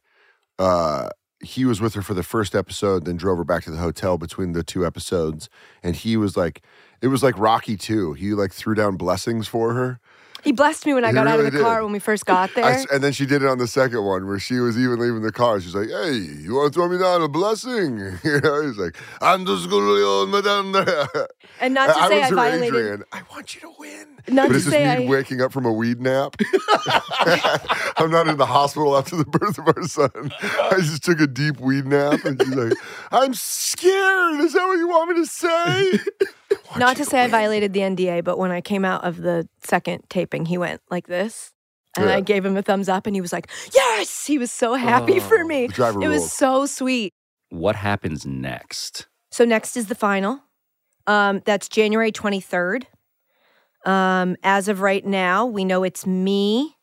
Speaker 2: uh, he was with her for the first episode, then drove her back to the hotel between the two episodes, and he was like, it was like Rocky too. He like threw down blessings for her.
Speaker 4: he blessed me when I
Speaker 2: He
Speaker 4: got out
Speaker 2: really
Speaker 4: of the car
Speaker 2: did.
Speaker 4: when we first got there.
Speaker 2: *laughs* I s and then she did it on the second one where she was even leaving the car. She's like, "Hey, you want to throw me down a blessing?" *laughs* You know, he's like, "I'm just going to madame." there."
Speaker 4: And not to
Speaker 2: I, I
Speaker 4: say
Speaker 2: was
Speaker 4: I
Speaker 2: her
Speaker 4: violated-
Speaker 2: Adrian. I want you to win.
Speaker 4: Not
Speaker 2: but
Speaker 4: to
Speaker 2: it's just
Speaker 4: say
Speaker 2: me
Speaker 4: I-
Speaker 2: waking up from a weed
Speaker 4: *laughs*
Speaker 2: nap. *laughs* I'm not in the hospital after the birth of our son. I just took a deep weed nap, and she's like, "I'm scared." Is that what you want me to say?
Speaker 4: *laughs*
Speaker 2: I want
Speaker 4: Not
Speaker 2: you
Speaker 4: to say I
Speaker 2: win.
Speaker 4: violated the NDA, but when I came out of the second taping, he went like this. And
Speaker 2: Yeah.
Speaker 4: I gave him a thumbs up and he was like, Yes! He was so happy for me.
Speaker 2: Oh, the driver
Speaker 4: it
Speaker 2: ruled.
Speaker 4: was so sweet.
Speaker 1: What happens next?
Speaker 4: So next is the final. Um, that's January 23rd. Um, as of right now, we know it's me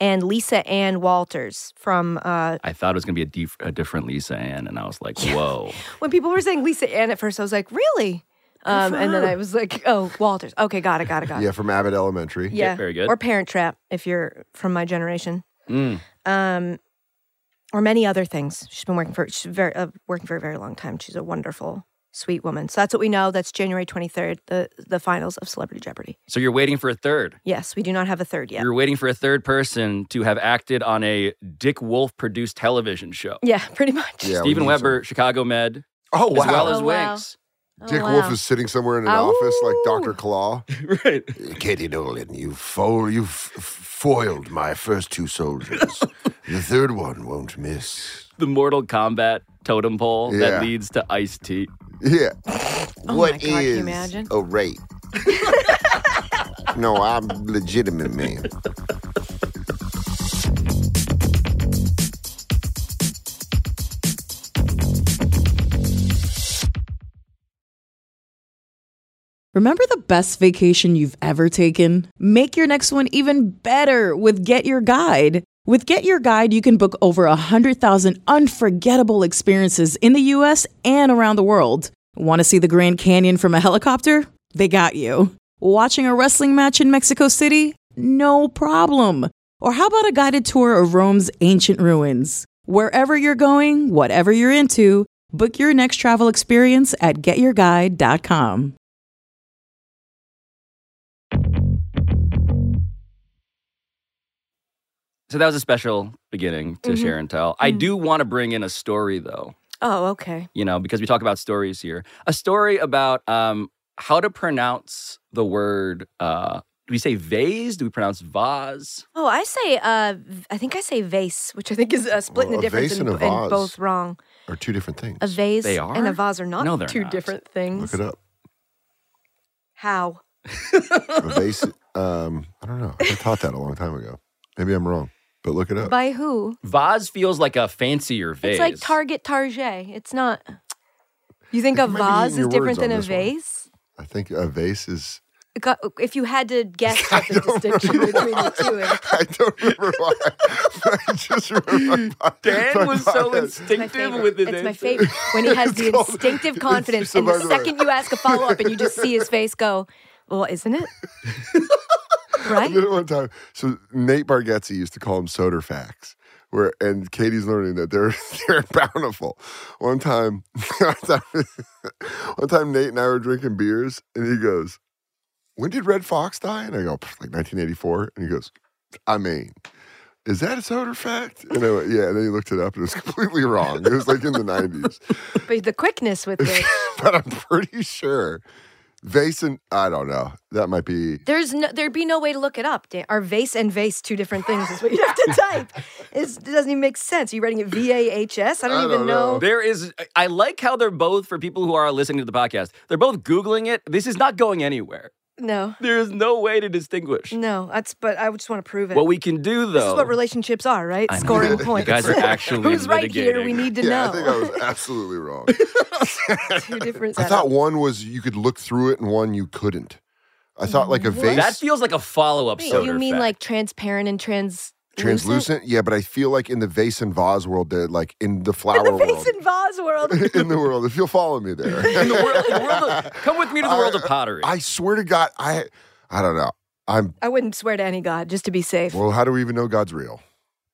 Speaker 4: and Lisa Ann Walters from uh,
Speaker 1: I thought it was going to be a, dif- a different Lisa Ann, and I was like, whoa.
Speaker 4: when people were saying Lisa Ann at first, I was like, Really? Um, and then I was like, Oh, Walters. Okay, got it, got it, got it.
Speaker 2: Yeah, from Abbott Elementary.
Speaker 4: Yeah,
Speaker 1: very good.
Speaker 4: Or Parent Trap, if you're from my generation,
Speaker 1: Mm.
Speaker 4: um, or many other things. She's been working for she's very uh, working for a very long time. She's a wonderful, sweet woman. So that's what we know. That's January 23rd, the the finals of Celebrity Jeopardy.
Speaker 1: So you're waiting for a third.
Speaker 4: Yes, we do not have a third yet.
Speaker 1: You're waiting for a third person to have acted on a Dick Wolf produced television show.
Speaker 4: *laughs* yeah, pretty much.
Speaker 2: Yeah,
Speaker 1: Steven
Speaker 2: we need some-
Speaker 1: Weber, Chicago Med,
Speaker 2: Oh wow.
Speaker 1: as well as
Speaker 4: Oh, wow.
Speaker 1: Wings.
Speaker 2: Dick
Speaker 4: wow. Oh.
Speaker 2: Wolf is sitting somewhere in an office like Dr.
Speaker 4: *laughs*
Speaker 2: Claw.
Speaker 10: right.
Speaker 2: Katie Nolan, you foil, you f- f- foiled my first two
Speaker 4: *laughs*
Speaker 2: soldiers. the third one won't miss.
Speaker 1: The Mortal Kombat totem pole
Speaker 2: Yeah.
Speaker 1: that leads to Ice Tea.
Speaker 2: Yeah.
Speaker 4: Oh
Speaker 2: What
Speaker 4: my God, can you
Speaker 2: is
Speaker 4: imagine?
Speaker 2: a
Speaker 4: *laughs*
Speaker 2: rape? no, I'm legitimate man.
Speaker 11: Remember the best vacation you've ever taken? Make your next one even better with Get Your Guide. With Get Your Guide, you can book over 100,000 unforgettable experiences in the US and around the world. Want to see the Grand Canyon from a helicopter? They got you. Watching a wrestling match in Mexico City? No problem. Or how about a guided tour of Rome's ancient ruins? Wherever you're going, whatever you're into, book your next travel experience at getyourguide.com.
Speaker 1: So that was a special beginning to
Speaker 4: Mhm.
Speaker 1: share and tell. I do want to bring in a story though,
Speaker 4: Oh, okay.
Speaker 1: you know, because we talk about stories here. A story about um, how to pronounce the word. Uh, do we say vase? Do we pronounce vase?
Speaker 4: Oh, I say, uh, v- I think I say vase, which I think is uh, splitting
Speaker 2: Well,
Speaker 4: the
Speaker 2: a
Speaker 4: difference
Speaker 2: vase
Speaker 4: in,
Speaker 2: and a
Speaker 4: in
Speaker 2: vase.
Speaker 4: both wrong.
Speaker 2: Are two different things.
Speaker 4: A vase
Speaker 2: They are?
Speaker 4: and a vase are not
Speaker 2: No, they're
Speaker 4: two
Speaker 2: not.
Speaker 4: different things.
Speaker 2: Look it up.
Speaker 4: How?
Speaker 2: A vase. Um, I don't know. I got taught that a long time ago. Maybe I'm wrong, but look it up.
Speaker 4: By who?
Speaker 1: Vase feels like a fancier vase.
Speaker 4: It's like Target Target. It's not. You think a
Speaker 2: might be
Speaker 4: vase
Speaker 2: eating your
Speaker 4: is different
Speaker 2: words
Speaker 4: than
Speaker 2: on
Speaker 4: a
Speaker 2: this one.
Speaker 4: vase?
Speaker 2: I think a vase is.
Speaker 4: It got- If you had to guess what the distinction between the
Speaker 2: *laughs*
Speaker 4: two is,
Speaker 2: *laughs* I don't remember why. I just remember. my- my
Speaker 1: Dan was so
Speaker 2: body-
Speaker 1: instinctive
Speaker 4: favorite.
Speaker 1: with his
Speaker 4: it's
Speaker 1: answer.
Speaker 4: my favorite. When he has
Speaker 2: It's
Speaker 4: the
Speaker 2: called- *laughs*
Speaker 4: instinctive
Speaker 2: it's
Speaker 4: confidence,
Speaker 2: just a
Speaker 4: and the
Speaker 2: bad word.
Speaker 4: second you ask a follow up, and you just see his face go, "Well,
Speaker 2: *laughs*
Speaker 4: isn't it?"
Speaker 2: I did it one time. So Nate Bargatze used to call them soda facts. Where and Katie's learning that they're *laughs* they're bountiful. One time, *laughs* one time, one time Nate and I were drinking beers, and he goes, "When did Red Fox die?" And I go, "Pff, "Like 1984." And he goes, "I mean." Is that a soda fact? And I went, yeah. And then he looked it up and it was *laughs* completely wrong. It was like in the 90s.
Speaker 4: But the quickness with which
Speaker 2: *laughs* But I'm pretty sure Vason, I don't know. That might be
Speaker 4: there's no, there'd be no way to look it up. Dan. Are vase and vase two different things? Is what you
Speaker 2: *laughs*
Speaker 4: have to type. It's, it doesn't even make sense. Are you writing it V A H S? I don't even know.
Speaker 1: There is. I like how they're both for people who are listening to the podcast. They're both googling it. This is not going anywhere.
Speaker 4: No,
Speaker 1: There is no way to distinguish.
Speaker 4: no. That's. But I just want to prove it.
Speaker 1: What we can do though.
Speaker 4: This is what relationships are, right?
Speaker 1: I know.
Speaker 4: Scoring
Speaker 1: You
Speaker 4: points.
Speaker 1: guys are
Speaker 4: *laughs*
Speaker 1: actually
Speaker 4: who's right here. We
Speaker 1: litigating.
Speaker 4: need to
Speaker 2: yeah,
Speaker 4: know.
Speaker 2: I think I was absolutely wrong.
Speaker 4: *laughs* Two different.
Speaker 2: I thought one was you could look through it and one you couldn't. I thought like a vase
Speaker 1: That feels like a follow up.
Speaker 4: Wait, you
Speaker 1: *laughs*
Speaker 4: mean like transparent and trans? *laughs*
Speaker 2: translucent. Yeah, but I feel like in the vase and vase world, they're like in the flower
Speaker 4: the
Speaker 2: world.
Speaker 4: vase and
Speaker 2: *laughs*
Speaker 4: vase world.
Speaker 2: in the world, if you'll follow me there.
Speaker 4: *laughs*
Speaker 2: *laughs*
Speaker 1: come with me to the world of pottery.
Speaker 2: I swear to God, I I don't know. I'm
Speaker 4: I wouldn't swear to any god just to be safe.
Speaker 2: well, how do we even know God's real?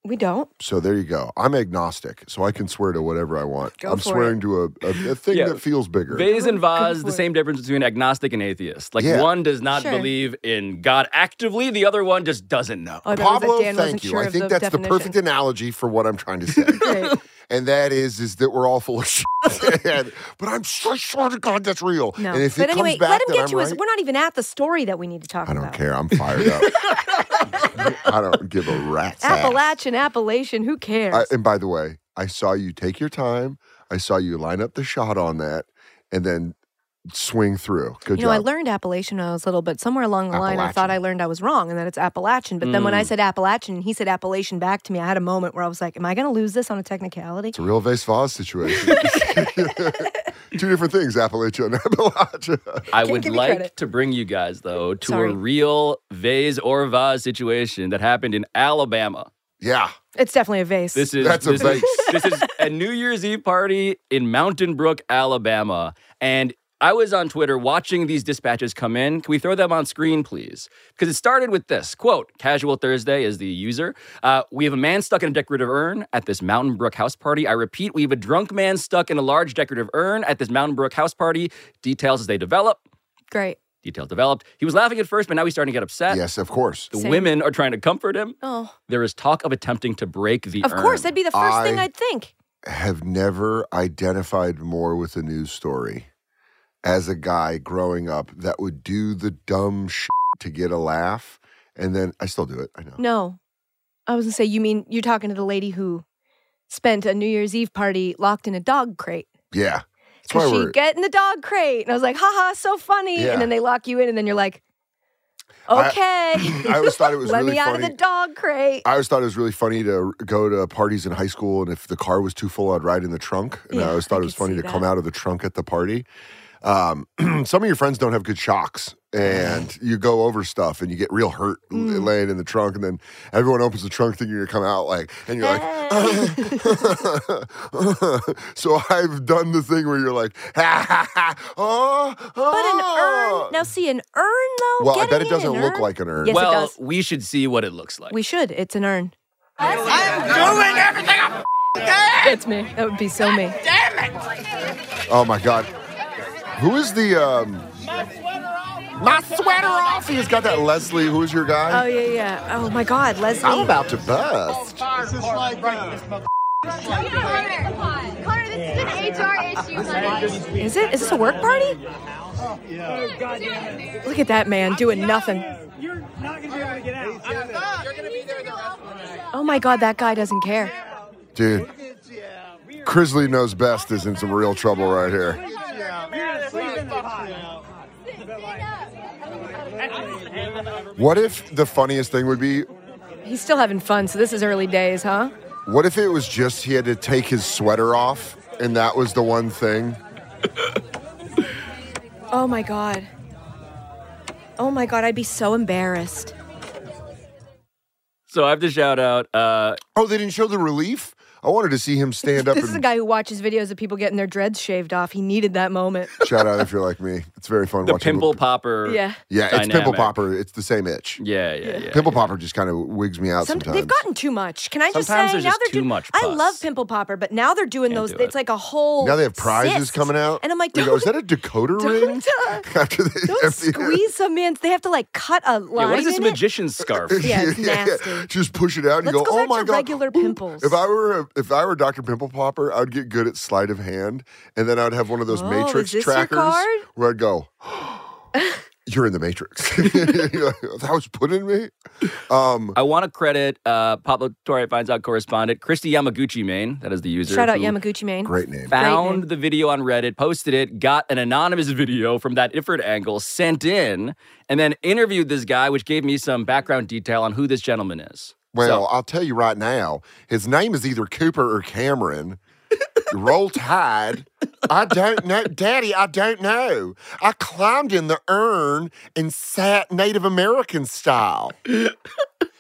Speaker 4: we don't.
Speaker 2: So there you go. I'm agnostic, so I can swear to whatever I want.
Speaker 4: Go
Speaker 2: I'm
Speaker 4: for
Speaker 2: swearing to a, a, a thing
Speaker 1: Yeah.
Speaker 2: that feels bigger.
Speaker 1: Vase and vase, the same difference between agnostic and atheist. Like
Speaker 2: Yeah.
Speaker 1: one does not
Speaker 4: Sure.
Speaker 1: believe in God actively, the other one just doesn't know.
Speaker 4: Oh, I thought it was that
Speaker 2: Pablo,
Speaker 4: Dan wasn't
Speaker 2: thank you.
Speaker 4: sure
Speaker 2: I
Speaker 4: of
Speaker 2: think
Speaker 4: the
Speaker 2: that's the
Speaker 4: definition.
Speaker 2: perfect analogy for what I'm trying to say.
Speaker 4: *laughs*
Speaker 2: *laughs* and that is is that we're all full of shit. And- but I'm so sure to God that's real.
Speaker 4: No.
Speaker 2: And if
Speaker 4: but
Speaker 2: it
Speaker 4: anyway,
Speaker 2: comes back
Speaker 4: let him
Speaker 2: that
Speaker 4: get
Speaker 2: I'm
Speaker 4: to his.
Speaker 2: right,
Speaker 4: We're not even at the story that we need to talk
Speaker 2: I don't
Speaker 4: about.
Speaker 2: care. I'm fired
Speaker 4: *laughs*
Speaker 2: up. I don't give a rat's ass.
Speaker 4: Appalachian, Appalachian. Who cares?
Speaker 2: I, and by the way, I saw you take your time. I saw you line up the shot on that, and then swing through. Good
Speaker 4: you know, I
Speaker 2: job.
Speaker 4: learned Appalachian when I was little, but somewhere along the line, I thought I learned I was wrong and that it's Appalachian. But then when I
Speaker 2: Mm.
Speaker 4: said Appalachian and he said Appalachian back to me, I had a moment where I was like, "Am I going to lose this on a technicality?"
Speaker 2: it's a real vase vase
Speaker 4: *laughs*
Speaker 2: situation. *laughs* Two different things, Appalachia and Appalachia.
Speaker 1: I would
Speaker 4: give me
Speaker 1: like
Speaker 4: credit.
Speaker 1: to bring you guys, though, to
Speaker 4: Sorry.
Speaker 1: a real vase or vase situation that happened in Alabama.
Speaker 2: *laughs* Yeah.
Speaker 4: It's definitely a vase.
Speaker 1: This is
Speaker 2: That's a
Speaker 1: this is- this is a New Year's Eve party in Mountain Brook, Alabama, and I was on Twitter watching these dispatches come in. Can we throw them on screen, please? Because it started with this quote: "Casual Thursday is the user. Uh, we have a man stuck in a decorative urn at this Mountain Brook house party. I repeat, we have a drunk man stuck in a large decorative urn at this Mountain Brook house party. Details as they develop.
Speaker 4: Great.
Speaker 1: Details developed. He was laughing at first, but now he's starting to get
Speaker 4: Uh,
Speaker 1: upset.
Speaker 2: Yes, of course.
Speaker 1: The
Speaker 4: Same.
Speaker 1: women are trying to comfort him.
Speaker 4: Oh,
Speaker 1: There is talk of attempting to break the
Speaker 4: of
Speaker 1: urn.
Speaker 4: course, that'd be the first thing
Speaker 2: I-
Speaker 4: I'd think.
Speaker 2: have never identified more with a news story as a guy growing up that would do the dumb shit to get a laugh, and then I still do it. I know.
Speaker 4: No. I was gonna say, you mean you're talking to the lady who spent a New Year's Eve party locked in a dog crate.
Speaker 2: Yeah, that's why
Speaker 4: Because she
Speaker 2: we're.
Speaker 4: get in the dog crate. And I was like, haha, so funny.
Speaker 2: Yeah.
Speaker 4: And then they lock you in, and then you're like,
Speaker 2: I-
Speaker 4: okay.
Speaker 2: *laughs* I always
Speaker 4: *laughs*
Speaker 2: thought it was
Speaker 4: Let
Speaker 2: really
Speaker 4: me out of
Speaker 2: funny.
Speaker 4: the dog crate.
Speaker 2: I always thought it was really funny to go to parties in high school, and if the car was too full, I'd ride in the trunk. And I
Speaker 4: Yeah,
Speaker 2: always thought it was funny to come out of the trunk at the party. Um, *clears throat* some of your friends don't have good shocks, and you go over stuff, and you get real hurt l-
Speaker 4: Mm.
Speaker 2: laying in the trunk. And then everyone opens the trunk thinking you're gonna come out like, and you're like, *laughs* so I've done the thing where you're like, *laughs* ha ha Oh." ha, oh,
Speaker 4: But an urn. Now, see, an urn, though?
Speaker 2: Well, I
Speaker 4: getting
Speaker 2: bet it
Speaker 4: in
Speaker 2: doesn't
Speaker 4: an
Speaker 2: look
Speaker 4: urn-
Speaker 2: like an urn.
Speaker 4: Yes, it
Speaker 1: well,
Speaker 4: does.
Speaker 1: we should see what it looks like.
Speaker 4: We should. It's an urn.
Speaker 10: Doing everything I
Speaker 4: That's me. That would be so me.
Speaker 10: damn it!
Speaker 2: Oh my God. Who is the um My sweater off! He's got that Leslie, who's your
Speaker 4: Oh,
Speaker 2: guy?
Speaker 4: yeah, yeah. Oh, my God, Leslie.
Speaker 2: I'm about to bust.
Speaker 10: This is like uh,
Speaker 12: Connor, Connor, this is an HR issue, honey.
Speaker 4: Is it? Is this a work party? Look at that man doing nothing.
Speaker 10: You're not gonna be able to get out. You're gonna be there the rest of the night.
Speaker 4: Oh, my God, that guy doesn't care.
Speaker 2: Dude. Crisley knows best is in some real trouble right here.
Speaker 10: You're gonna sleep in the pot.
Speaker 2: What if the funniest thing would be
Speaker 4: He's still having fun, so this is early days, huh?
Speaker 2: what if it was just he had to take his sweater off and that was the one thing?
Speaker 4: Oh, my God. Oh, my God, I'd be so embarrassed.
Speaker 1: So I have to shout out. Uh,
Speaker 2: oh, they didn't show the relief? I wanted to see him stand up
Speaker 4: *laughs* This is a
Speaker 2: and
Speaker 4: guy who watches videos of people getting their dreads shaved off. He needed that moment.
Speaker 2: shout out if you're like me. It's very fun
Speaker 1: the
Speaker 2: watching.
Speaker 1: pimple popper.
Speaker 4: Yeah.
Speaker 2: yeah, it's pimple
Speaker 1: dynamic.
Speaker 2: popper. It's the same itch.
Speaker 1: Yeah, yeah, yeah.
Speaker 2: pimple popper just kind of wigs me out
Speaker 4: Some-
Speaker 2: sometimes.
Speaker 4: they've gotten too much. Can I just
Speaker 1: Sometimes
Speaker 4: say
Speaker 1: there's
Speaker 4: now
Speaker 1: just
Speaker 4: they're
Speaker 1: too
Speaker 4: doing-
Speaker 1: much
Speaker 4: I
Speaker 1: pus.
Speaker 4: love pimple popper, but now they're doing those.
Speaker 1: do
Speaker 4: It's like a whole.
Speaker 2: Now they have prizes
Speaker 4: cyst.
Speaker 2: coming out,
Speaker 4: and I'm like,
Speaker 2: they
Speaker 4: don't,
Speaker 2: go, "Is that a Dakota ring?"
Speaker 4: *laughs* don't,
Speaker 2: *laughs*
Speaker 4: uh,
Speaker 2: After they
Speaker 4: don't
Speaker 2: empty it.
Speaker 4: squeeze some in. They have to like cut a
Speaker 1: Yeah,
Speaker 4: line.
Speaker 1: what is this
Speaker 4: in it.
Speaker 1: magician's
Speaker 2: *laughs*
Speaker 1: scarf?
Speaker 4: Yeah,
Speaker 2: *laughs*
Speaker 4: it's
Speaker 2: Yeah, yeah.
Speaker 4: nasty.
Speaker 2: Just push it out and
Speaker 4: Let's
Speaker 2: you go,
Speaker 4: go
Speaker 2: "Oh
Speaker 4: back
Speaker 2: my
Speaker 4: to
Speaker 2: god!"
Speaker 4: regular pimples.
Speaker 2: If I were a, if I were Doctor Pimple Popper, I'd get good at sleight of hand, and then I'd have one of those
Speaker 4: Oh,
Speaker 2: Matrix
Speaker 4: is this your
Speaker 2: trackers
Speaker 4: card?
Speaker 2: where I'd
Speaker 4: *gasps*
Speaker 2: go, "You're in the Matrix." *laughs* You're like, that was put in me. Um,
Speaker 1: I want to credit uh, Pablo Torre finds out correspondent Christy Yamaguchi Main. That is the user.
Speaker 4: Shout out
Speaker 1: who
Speaker 4: Yamaguchi Mane.
Speaker 2: great name.
Speaker 1: Found the video on Reddit, posted it, got an anonymous video from that different angle sent in, and then interviewed this guy, which gave me some background detail on who this gentleman is.
Speaker 2: Well, I'll tell you right now, his name is either Cooper or Cameron. Roll Tide. I don't know. Daddy, I don't know. I climbed in the urn and sat Native American style.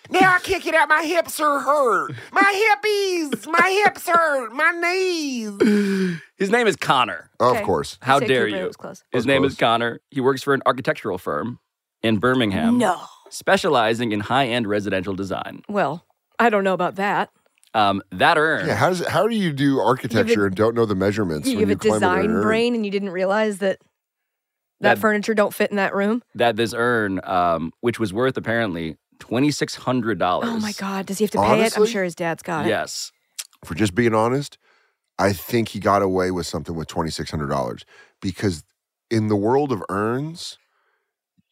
Speaker 2: now I can't get out. My hips are hurt. My hippies. My hips hurt. My knees.
Speaker 1: His name is Connor.
Speaker 2: Of course.
Speaker 1: How
Speaker 4: Say
Speaker 1: dare
Speaker 4: Cooper,
Speaker 1: you?
Speaker 4: it was close.
Speaker 1: His name is Connor. He works for an architectural firm in Birmingham,
Speaker 4: No.
Speaker 1: specializing in high end residential design.
Speaker 4: Well, I don't know about that.
Speaker 1: Um, that urn.
Speaker 2: Yeah, how, does, how do you do architecture and don't know the measurements?
Speaker 4: you
Speaker 2: when
Speaker 4: have a
Speaker 2: climb in an
Speaker 4: design
Speaker 2: urn?
Speaker 4: brain, and you didn't realize that that,
Speaker 1: That-
Speaker 4: furniture don't fit in that room.
Speaker 1: that this urn, um, which was worth apparently twenty six hundred dollars.
Speaker 4: Oh my God! Does he have to pay it? I'm
Speaker 2: Honestly?
Speaker 4: sure his dad's got it.
Speaker 1: Yes,
Speaker 2: for just being honest, I think he got away with something with twenty six hundred dollars because in the world of urns,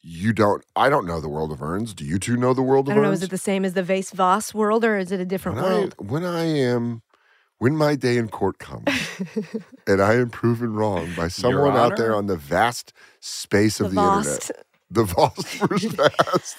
Speaker 2: you don't. I don't know the world of urns. Do you two know the world
Speaker 4: I
Speaker 2: of
Speaker 4: don't know.
Speaker 2: urns?
Speaker 4: Is it the same as the Vase Voss world, or is it a different
Speaker 2: when
Speaker 4: world?
Speaker 2: I, when I am, when my day in court
Speaker 4: *laughs*
Speaker 2: comes, and I am proven wrong by someone out there
Speaker 1: Honor?
Speaker 2: on the vast space of the, internet,
Speaker 4: vast.
Speaker 2: the vast *laughs* versus vast.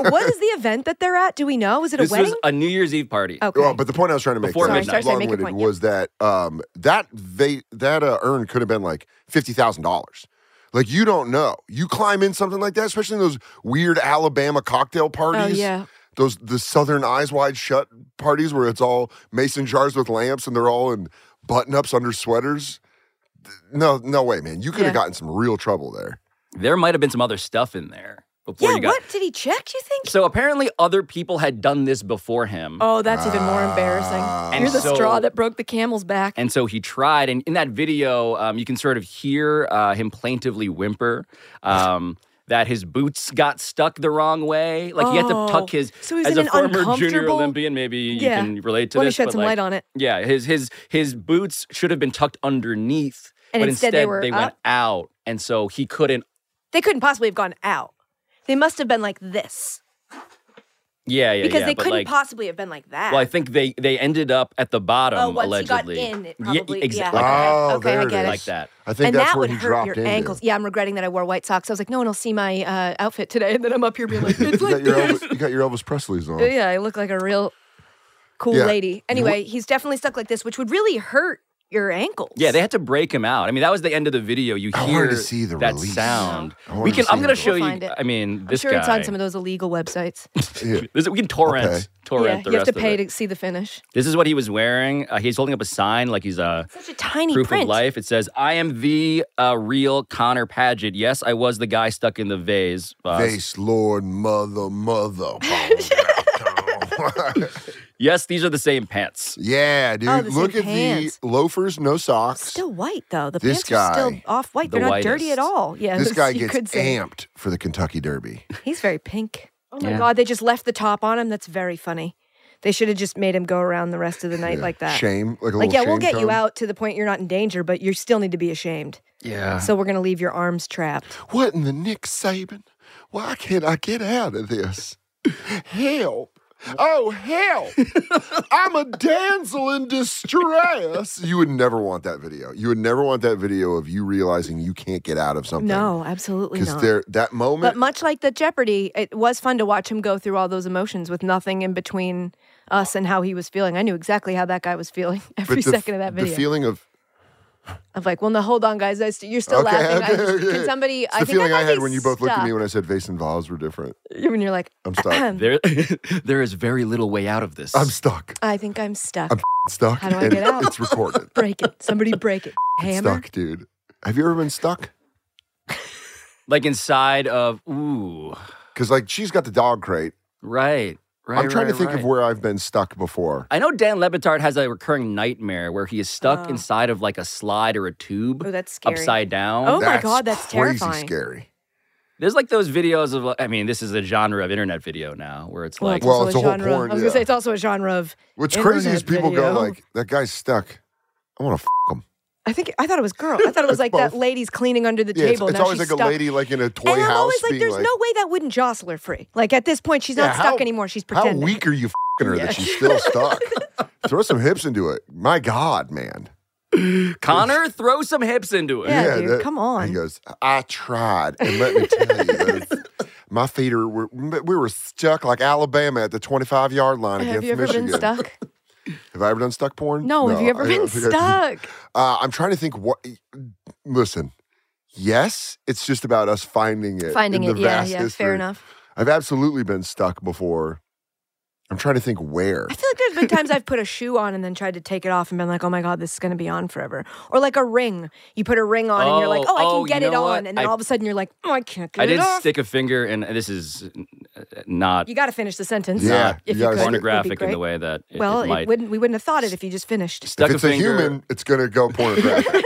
Speaker 4: what is the event that they're at? Do we know? Is it a
Speaker 1: this
Speaker 4: wedding? Oh.
Speaker 1: was a New Year's Eve party.
Speaker 4: okay.
Speaker 2: Well, Oh, but the point I was trying to make
Speaker 1: Before
Speaker 2: that I
Speaker 1: midnight.
Speaker 2: was
Speaker 4: Sorry, sorry, make your
Speaker 2: long-winded
Speaker 4: point, yeah.
Speaker 2: was that um, that they that uh, urn could have been like fifty thousand dollars. Like you don't know. You climb in something like that, especially in those weird Alabama cocktail parties.
Speaker 4: Oh, yeah.
Speaker 2: Those the Southern eyes wide shut parties where it's all mason jars with lamps and they're all in button ups under sweaters. Th- No, no way, man. You could
Speaker 4: Yeah.
Speaker 2: have gotten some real trouble there.
Speaker 1: There might have been some other stuff in there before
Speaker 4: yeah,
Speaker 1: you got.
Speaker 4: what did he check? Do you think?
Speaker 1: So apparently, other people had done this before him,
Speaker 4: Oh, that's even more embarrassing.
Speaker 1: And
Speaker 4: You're the
Speaker 1: so-
Speaker 4: straw that broke the camel's back.
Speaker 1: and so he tried. And in that video, um, you can sort of hear uh, him plaintively whimper. Um, That his boots got stuck the wrong way, like he had to
Speaker 4: Oh.
Speaker 1: tuck his.
Speaker 4: So he was
Speaker 1: as a
Speaker 4: in an
Speaker 1: former junior
Speaker 4: uncomfortable-
Speaker 1: Olympian, maybe you
Speaker 4: Yeah.
Speaker 1: can relate to
Speaker 4: Let me
Speaker 1: this.
Speaker 4: shed
Speaker 1: but
Speaker 4: some
Speaker 1: like,
Speaker 4: light on it.
Speaker 1: Yeah, his his his boots should have been tucked underneath
Speaker 4: And
Speaker 1: but
Speaker 4: instead they were
Speaker 1: went
Speaker 4: up?
Speaker 1: out, and so he couldn't.
Speaker 4: They couldn't possibly have gone out. They must have been like this
Speaker 1: Yeah, yeah,
Speaker 4: because
Speaker 1: yeah,
Speaker 4: they
Speaker 1: but,
Speaker 4: couldn't
Speaker 1: like,
Speaker 4: possibly have been like that.
Speaker 1: Well, I think they they ended up at the bottom
Speaker 4: Oh, once you got
Speaker 1: allegedly.
Speaker 4: in, it probably-
Speaker 1: exa-
Speaker 4: yeah.
Speaker 1: like that.
Speaker 4: Oh, Okay, I there it get it. is.
Speaker 1: Like that.
Speaker 4: and that would hurt your ankles. Yeah, I'm regretting that I wore white socks. I was like, no one will see my uh, outfit today, *laughs* and then I'm up here being like, it's
Speaker 2: You got,
Speaker 4: like
Speaker 2: your
Speaker 4: this.
Speaker 2: Elvis, you got your Elvis Presley's on.
Speaker 4: yeah, I look like a real cool
Speaker 1: Yeah.
Speaker 4: lady. Anyway, he's definitely stuck like this, which would really hurt your ankle.
Speaker 1: Yeah, they had to break him out. I mean, that was the end of the video. You
Speaker 2: I wanted
Speaker 1: hear
Speaker 2: to see the
Speaker 1: that
Speaker 2: release.
Speaker 1: sound.
Speaker 2: I wanted
Speaker 1: We
Speaker 2: to
Speaker 1: can.
Speaker 2: see
Speaker 1: I'm
Speaker 2: the
Speaker 1: going to
Speaker 2: release.
Speaker 1: show
Speaker 4: We'll
Speaker 1: you.
Speaker 4: find it.
Speaker 1: I mean,
Speaker 4: I'm
Speaker 1: this
Speaker 4: sure
Speaker 1: guy.
Speaker 4: it's on some of those illegal
Speaker 1: *laughs*
Speaker 4: websites.
Speaker 1: This- we can torrent, torrent
Speaker 4: yeah,
Speaker 1: the
Speaker 4: you have
Speaker 1: rest
Speaker 4: to
Speaker 1: of
Speaker 4: pay
Speaker 1: it.
Speaker 4: to see the finish.
Speaker 1: This is what he was wearing. Uh, he's holding up a sign like he's a
Speaker 4: Such a tiny
Speaker 1: proof
Speaker 4: print.
Speaker 1: of life. It says, "I am the uh, real Connor Paget. Yes, I was the guy stuck in the vase. Uh,
Speaker 2: Face, Lord, mother,
Speaker 4: *laughs*
Speaker 2: mother.
Speaker 1: Yes, these are the same pants.
Speaker 2: Yeah, dude.
Speaker 4: Oh, the
Speaker 2: Look
Speaker 4: same
Speaker 2: at
Speaker 4: pants.
Speaker 2: the loafers, no socks.
Speaker 4: Still white though. The
Speaker 2: This
Speaker 4: pants are still
Speaker 2: guy.
Speaker 4: off white.
Speaker 2: The
Speaker 4: They're not dirty
Speaker 2: whitest.
Speaker 4: at all. Yeah, *laughs*
Speaker 2: this guy
Speaker 4: you
Speaker 2: gets
Speaker 4: could say.
Speaker 2: amped for the Kentucky Derby.
Speaker 4: He's very pink. Oh my
Speaker 2: Yeah.
Speaker 4: god, they just left the top on him. That's very funny. They should have just made him go around the rest of the night like that.
Speaker 2: Shame, like a
Speaker 4: like
Speaker 2: little
Speaker 4: yeah, we'll
Speaker 2: shame
Speaker 4: get you
Speaker 2: cone.
Speaker 4: out to the point you're not in danger, but you still need to be ashamed.
Speaker 2: Yeah.
Speaker 4: So we're gonna leave your arms trapped.
Speaker 2: What in the Nick Saban? Why can't I get out of this? Help. Oh,
Speaker 4: *laughs*
Speaker 2: help. I'm a damsel in distress. You would never want that video. You would never want that video of you realizing you can't get out of something.
Speaker 4: No, absolutely
Speaker 2: Because
Speaker 4: not.
Speaker 2: there that
Speaker 4: But
Speaker 2: moment
Speaker 4: much like the Jeopardy, it was fun to watch him go through all those emotions with nothing in between us and how he was feeling. I knew exactly how that guy was feeling *laughs* every
Speaker 2: but the,
Speaker 4: second of that video.
Speaker 2: The feeling of
Speaker 4: of like, well, no, hold on, guys, I st- you're still
Speaker 2: okay,
Speaker 4: laughing. I
Speaker 2: okay,
Speaker 4: just-
Speaker 2: okay. *laughs*
Speaker 4: Can somebody?
Speaker 2: It's
Speaker 4: I
Speaker 2: the
Speaker 4: think
Speaker 2: feeling
Speaker 4: I,
Speaker 2: I,
Speaker 4: might
Speaker 2: had
Speaker 4: be
Speaker 2: when you both looked at me
Speaker 4: stuck.
Speaker 2: when I said vase and vowels were different.
Speaker 4: *laughs* When you're like, *clears throat*
Speaker 2: I'm stuck.
Speaker 4: Um,
Speaker 1: there, *laughs* there is very little way out of this.
Speaker 2: I'm stuck.
Speaker 4: I think I'm stuck.
Speaker 2: I'm *laughs* stuck.
Speaker 4: How do I
Speaker 2: and
Speaker 4: get out?
Speaker 2: It's recorded.
Speaker 4: break it. Somebody break it. Hammer.
Speaker 2: Stuck, dude. Have you ever been stuck?
Speaker 1: Like inside of ooh.
Speaker 2: Because like she's got the dog crate.
Speaker 1: Right. Right.
Speaker 2: I'm trying
Speaker 1: right,
Speaker 2: to think
Speaker 1: right.
Speaker 2: of where I've been stuck before.
Speaker 1: I know Dan Lebitard has a recurring nightmare where he is stuck inside of like a slide or a tube.
Speaker 4: Oh, that's scary.
Speaker 1: Upside down.
Speaker 4: Oh my That's God, that's crazy terrifying.
Speaker 2: scary.
Speaker 1: There's like those videos of, like- I mean, this is a genre of internet video now where it's like,
Speaker 4: genre. I was gonna say it's also a genre of.
Speaker 2: What's crazy is
Speaker 4: internet
Speaker 2: people
Speaker 4: video.
Speaker 2: go like, "That guy's stuck. I want to f him."
Speaker 4: I think I thought it was girl. I thought it was like that lady's cleaning under the
Speaker 2: Yeah, it's,
Speaker 4: table.
Speaker 2: it's
Speaker 4: now
Speaker 2: always like
Speaker 4: she's
Speaker 2: a
Speaker 4: stuck.
Speaker 2: lady like in a toy
Speaker 4: And I'm
Speaker 2: house.
Speaker 4: always like,
Speaker 2: being
Speaker 4: there's
Speaker 2: like,
Speaker 4: no way that wouldn't jostle her free. Like at this point, she's
Speaker 2: Yeah,
Speaker 4: not stuck
Speaker 2: how-
Speaker 4: anymore. She's
Speaker 2: How
Speaker 4: pretending.
Speaker 2: weak are you f***ing her
Speaker 4: Yeah.
Speaker 2: that she's
Speaker 4: *laughs*
Speaker 2: still stuck? Throw some hips into it. My God, man.
Speaker 1: Connor, throw some hips into it.
Speaker 2: that-
Speaker 4: on.
Speaker 2: He goes, I tried, and let me tell you,
Speaker 4: *laughs*
Speaker 2: that my feet are were, we were stuck like Alabama at the 25 yard line
Speaker 4: Have
Speaker 2: against
Speaker 4: you ever
Speaker 2: Michigan.
Speaker 4: been
Speaker 2: *laughs*
Speaker 4: stuck?
Speaker 2: Have I ever done stuck porn?
Speaker 4: No, have you ever
Speaker 2: I- I
Speaker 4: been
Speaker 2: think I-
Speaker 4: stuck?
Speaker 2: *laughs* Uh, I'm trying to think what. Listen, yes, it's just about us finding it.
Speaker 4: Finding
Speaker 2: in
Speaker 4: it,
Speaker 2: the
Speaker 4: yeah,
Speaker 2: vast
Speaker 4: yeah, fair
Speaker 2: history.
Speaker 4: enough.
Speaker 2: I've absolutely been stuck before. I'm trying to think where.
Speaker 4: I feel like there's been times I've put a shoe on and then tried to take it off and been like, oh my God, this is going to be on forever. Or like a ring. You put a ring on and you're like,
Speaker 1: Oh,
Speaker 4: oh, I
Speaker 1: oh,
Speaker 4: can get
Speaker 1: you
Speaker 4: it
Speaker 1: know
Speaker 4: on.
Speaker 1: what?
Speaker 4: And
Speaker 1: I-
Speaker 4: then all of a sudden you're like, oh, I can't get
Speaker 1: I
Speaker 4: it
Speaker 1: did
Speaker 4: off.
Speaker 1: stick a finger, and this is uh, not
Speaker 4: you got to finish the sentence.
Speaker 1: not
Speaker 4: If you could. Would be
Speaker 1: pornographic in
Speaker 4: great.
Speaker 1: the way that it,
Speaker 4: well,
Speaker 1: it
Speaker 4: it
Speaker 1: might.
Speaker 4: wouldn't, we wouldn't have thought it if you just finished.
Speaker 1: Stuck
Speaker 2: if it's
Speaker 1: a
Speaker 2: a,
Speaker 1: finger-
Speaker 2: human, it's going to go
Speaker 4: *laughs*
Speaker 2: pornographic.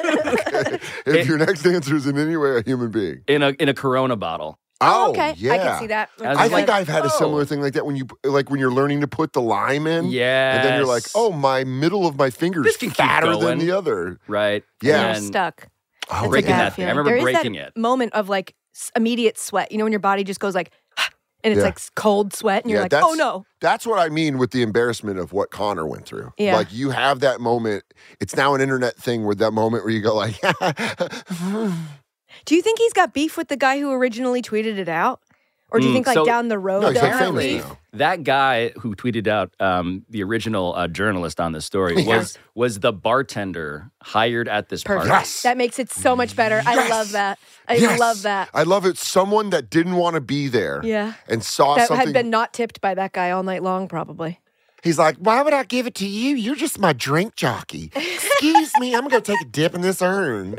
Speaker 2: Okay? If your next answer is in any way a human being.
Speaker 1: in a in a Corona bottle.
Speaker 4: Oh,
Speaker 2: Oh,
Speaker 4: okay. I can
Speaker 2: yeah.
Speaker 4: see that. oh.
Speaker 2: I,
Speaker 4: Okay.
Speaker 2: think
Speaker 4: Like,
Speaker 2: I've had a similar thing like that when you like when you're learning to put the lime in. Yeah. And then you're like,
Speaker 1: Yes.
Speaker 2: oh, my middle of my finger's fatter than
Speaker 1: going.
Speaker 2: the other.
Speaker 1: Right.
Speaker 2: Yeah.
Speaker 4: You're stuck.
Speaker 2: Oh,
Speaker 4: That's a
Speaker 1: breaking
Speaker 4: bad
Speaker 1: that thing. I
Speaker 4: feeling.
Speaker 1: remember
Speaker 4: There is
Speaker 1: breaking
Speaker 4: that
Speaker 1: it.
Speaker 4: moment of like s- immediate sweat. You know, when your body just goes like, *gasps* and it's
Speaker 2: Yeah.
Speaker 4: like s- cold sweat and you're like, oh no.
Speaker 2: That's what I mean with the embarrassment of what Connor went through.
Speaker 4: Yeah.
Speaker 2: Like you have that moment. It's now an internet thing with that moment where you go like, *laughs*
Speaker 4: Do you think he's got beef with the guy who originally tweeted it out? Or do you
Speaker 1: Mm,
Speaker 4: think like
Speaker 1: so-
Speaker 4: down the road they'll have beef?
Speaker 1: That guy who tweeted out um, the original uh, journalist on this
Speaker 4: *laughs*
Speaker 1: story was was the bartender hired at this
Speaker 4: Perfect.
Speaker 1: party.
Speaker 4: That makes it so much better. I love that. I
Speaker 2: Yes.
Speaker 4: love that.
Speaker 2: I love it. Someone that didn't want to be there.
Speaker 4: Yeah.
Speaker 2: And saw
Speaker 4: that
Speaker 2: something.
Speaker 4: had been not tipped by that guy all night long, probably.
Speaker 2: He's like, why would I give it to you? You're just my drink jockey. Excuse me, I'm going to take a dip in this urn.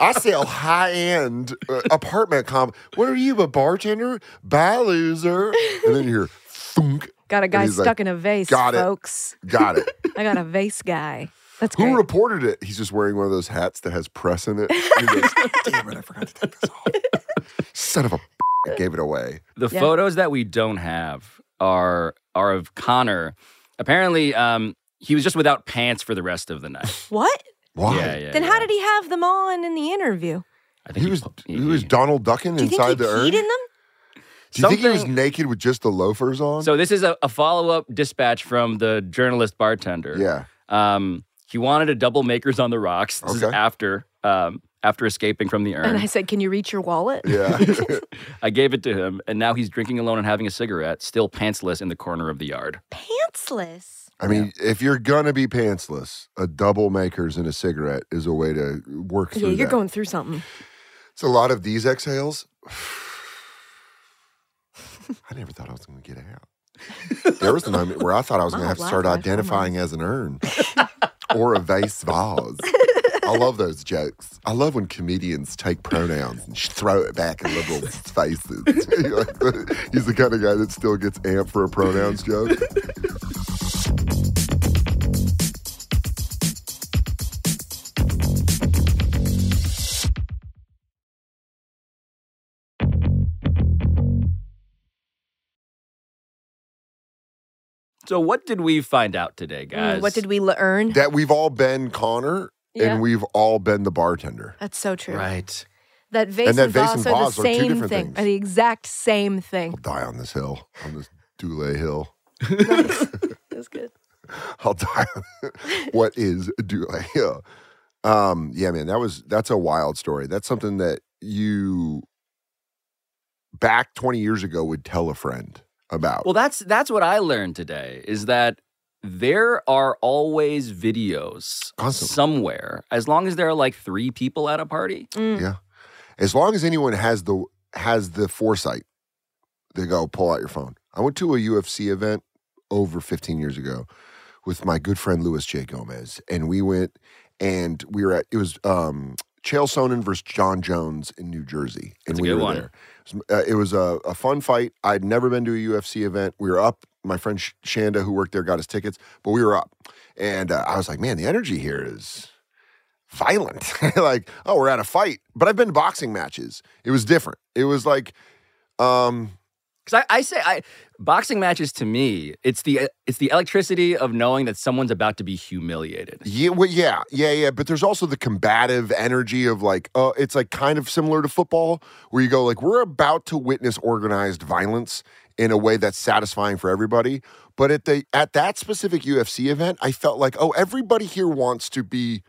Speaker 2: I sell high end uh, apartment comp. What are you, a bartender? Bye, loser. And then you hear, thunk.
Speaker 4: Got a
Speaker 2: And
Speaker 4: guy
Speaker 2: he's like,
Speaker 4: stuck in a vase,
Speaker 2: Got it.
Speaker 4: folks.
Speaker 2: Got it.
Speaker 4: I got a vase guy. That's
Speaker 2: Who
Speaker 4: great.
Speaker 2: reported it? He's just wearing one of those hats that has press in it. He
Speaker 4: *laughs*
Speaker 2: goes, Damn it, I forgot to take this off. Son of a I gave it away.
Speaker 1: The
Speaker 2: Yeah.
Speaker 1: photos that we don't have are are
Speaker 2: *laughs*
Speaker 1: of Connor. Apparently, um, he was just without pants for the rest of the night.
Speaker 4: What?
Speaker 2: Why?
Speaker 4: then how did he have them on in the interview?
Speaker 2: I think he, was he was Donald ducking
Speaker 4: Do you think he
Speaker 2: inside the urn.
Speaker 4: peed in them?
Speaker 2: Do you think he was
Speaker 1: Something-
Speaker 2: naked with just the loafers on?
Speaker 1: So this is a, a follow-up dispatch from the journalist bartender.
Speaker 2: Yeah.
Speaker 1: Um, he wanted a double makers on the rocks. This is
Speaker 4: Okay.
Speaker 1: after um, after escaping from the urn.
Speaker 4: And I said, "Can you reach your wallet?"
Speaker 2: yeah.
Speaker 1: I gave it to him, and now he's drinking alone and having a cigarette, still pantsless in the corner of the yard.
Speaker 4: Pantsless.
Speaker 2: I mean, if you're gonna be pantsless, a double makers and a cigarette is a way to work
Speaker 4: Yeah,
Speaker 2: through.
Speaker 4: you're
Speaker 2: that.
Speaker 4: going through something. Mm,
Speaker 2: It's a lot of these
Speaker 4: *laughs*
Speaker 2: exhales. *sighs* I never thought I was going to get out. There was a moment where I thought I was going to
Speaker 4: Wow,
Speaker 2: have to start
Speaker 4: Oh, black life
Speaker 2: identifying as an
Speaker 4: *laughs*
Speaker 2: urn or a vase vase. I love those jokes. I love when comedians take pronouns and sh- throw it back in liberals' faces. *laughs* He's the kind of guy that still gets amped for a pronouns joke.
Speaker 1: So what did we find out today, guys?
Speaker 4: Mm, What did we learn?
Speaker 2: That we've all been Connor
Speaker 4: Yeah.
Speaker 2: and we've all been the bartender.
Speaker 4: That's so true.
Speaker 1: Right.
Speaker 4: That vase
Speaker 2: And
Speaker 4: and,
Speaker 2: that vase
Speaker 4: vase
Speaker 2: and
Speaker 4: are the
Speaker 2: vase are two
Speaker 4: same
Speaker 2: different
Speaker 4: thing.
Speaker 2: things.
Speaker 4: Are the exact same thing.
Speaker 2: Die on this hill, on this Dule Hill.
Speaker 4: *laughs* That's good.
Speaker 2: I'll die. what is do I hear? Um, yeah, man, that was that's a wild story. That's something that you back 20 years ago would tell a friend about.
Speaker 1: Well, that's that's what I learned today is that there are always videos somewhere as long as there are like 3 people at a party.
Speaker 2: Yeah. As long as anyone has the has the foresight, they go pull out your phone. I went to a UFC event over 15 years ago with my good friend Luis J. Gomez, and we went and we were at it was um Chael Sonnen versus John Jones in New Jersey, and
Speaker 1: That's a
Speaker 2: we
Speaker 1: good
Speaker 2: were
Speaker 1: one.
Speaker 2: there. Uh, it was a, a fun fight. I'd never been to a UFC event. We were up. My friend Sh- Shanda, who worked there, got us tickets, but we were up, and uh, I was like, "Man, the energy here is violent. *laughs* like, oh, we're at a fight." But I've been to boxing matches. It was different. It was like, um,
Speaker 1: Because I, I say I boxing matches to me, it's the uh, it's the electricity of knowing that someone's about to be humiliated.
Speaker 2: Yeah, well, yeah, yeah, yeah. But there's also the combative energy of like, uh, it's like kind of similar to football, where you go like, we're about to witness organized violence in a way that's satisfying for everybody. But at the at that specific UFC event, I felt like, oh, everybody here wants to be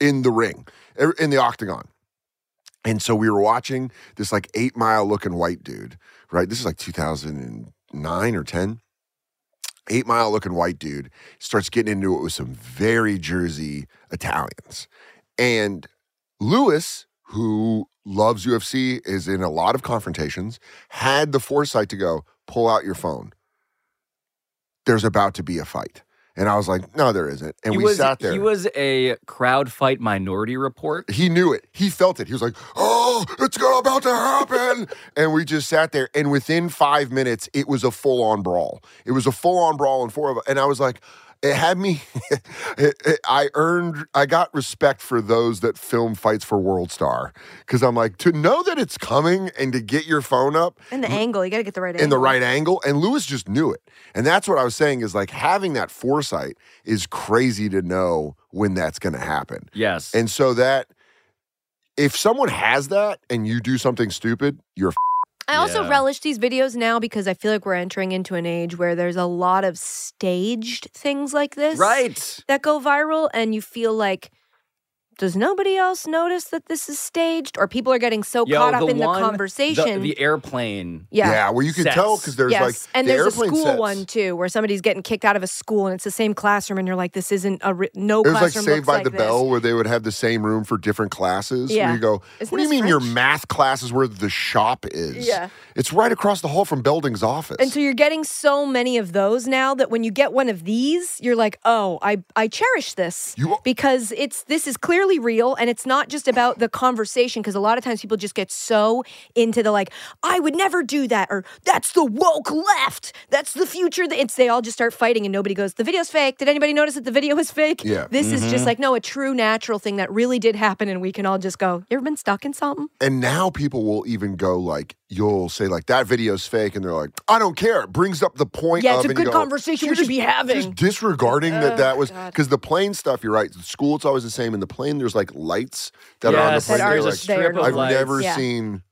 Speaker 2: in the ring, er, in the octagon. And so we were watching this like eight mile looking white dude, right? This is like 2009 or 10 eight mile looking white dude starts getting into it with some very Jersey Italians. And Lewis, who loves UFC, is in a lot of confrontations, had the foresight to go, pull out your phone. There's about to be a fight. And I was like, no, there isn't. And
Speaker 1: he
Speaker 2: we
Speaker 1: was,
Speaker 2: sat there.
Speaker 1: He was a crowd fight minority
Speaker 2: *laughs*
Speaker 1: report.
Speaker 2: He knew it. He felt it. He was like, oh, it's go- about to happen. and we just sat there. And within five minutes, it was a full on brawl. It was a full on brawl. And four of us. And I was like, it had me. *laughs* it, it- I earned, I got respect for those that film fights for World Star. Cause I'm like, to know that it's coming and to get your phone up
Speaker 4: And the angle, you got to get the right angle.
Speaker 2: in the right angle. Mm. And Lewis just knew it. And that's what I was saying is like having that foresight is crazy to know when that's going to happen.
Speaker 1: Yes.
Speaker 2: And so that if someone has that and you do something stupid, you're
Speaker 4: I also
Speaker 2: Yeah.
Speaker 4: relish these videos now because I feel like we're entering into an age where there's a lot of staged things like this.
Speaker 1: Right.
Speaker 4: That go viral and you feel like does nobody else notice that this is staged or people are getting so
Speaker 1: Yo,
Speaker 4: caught up in
Speaker 1: one-
Speaker 4: the conversation?
Speaker 1: The, the airplane.
Speaker 4: Yeah. Yeah,
Speaker 2: well, you can tell 'cause there's,
Speaker 4: yes.
Speaker 2: like,
Speaker 4: and
Speaker 2: the
Speaker 4: there's a
Speaker 2: airplane
Speaker 4: school
Speaker 2: sets.
Speaker 4: one too where somebody's getting kicked out of a school and it's the same classroom and you're like this isn't a ri- no
Speaker 2: it was like
Speaker 4: classroom
Speaker 2: Saved
Speaker 4: looks
Speaker 2: by
Speaker 4: like
Speaker 2: the
Speaker 4: this.
Speaker 2: Bell, where they would have the same room for different classes.
Speaker 4: Yeah.
Speaker 2: Where you go,
Speaker 4: Isn't
Speaker 2: what do you
Speaker 4: this
Speaker 2: mean your math class is where the shop is?
Speaker 4: Yeah.
Speaker 2: It's right across the hall from Belding's office.
Speaker 4: And so you're getting so many of those now that when you get one of these, you're like, oh, I, I cherish this because it's this is clearly real and it's not just about the conversation because a lot of times people just get so into the like, I would never do that or that's the woke left, that's the future. that-" It's they all just start fighting and nobody goes, the video's fake. Did anybody notice that the video was fake?
Speaker 2: Yeah.
Speaker 4: This is just
Speaker 2: Mhm.
Speaker 4: like no, a true natural thing that really did happen and we can all just go, you ever been stuck in something?
Speaker 2: And now people will even go like, you'll say like that video's fake, and they're like, I don't care. It brings up the point.
Speaker 13: Yeah, it's
Speaker 2: of,
Speaker 13: a
Speaker 2: and uh, you
Speaker 13: good
Speaker 2: go,
Speaker 13: conversation we should be having.
Speaker 2: disregarding
Speaker 13: Oh,
Speaker 2: that that was
Speaker 13: God.
Speaker 2: because the plane stuff. You're right. School, it's always the same. In the plane, there's like lights that are on the
Speaker 13: Yes,
Speaker 2: plane.
Speaker 13: That are
Speaker 2: They're,
Speaker 13: just
Speaker 2: like,
Speaker 13: there, no
Speaker 2: I've
Speaker 13: lights.
Speaker 2: never
Speaker 13: Yeah.
Speaker 2: seen.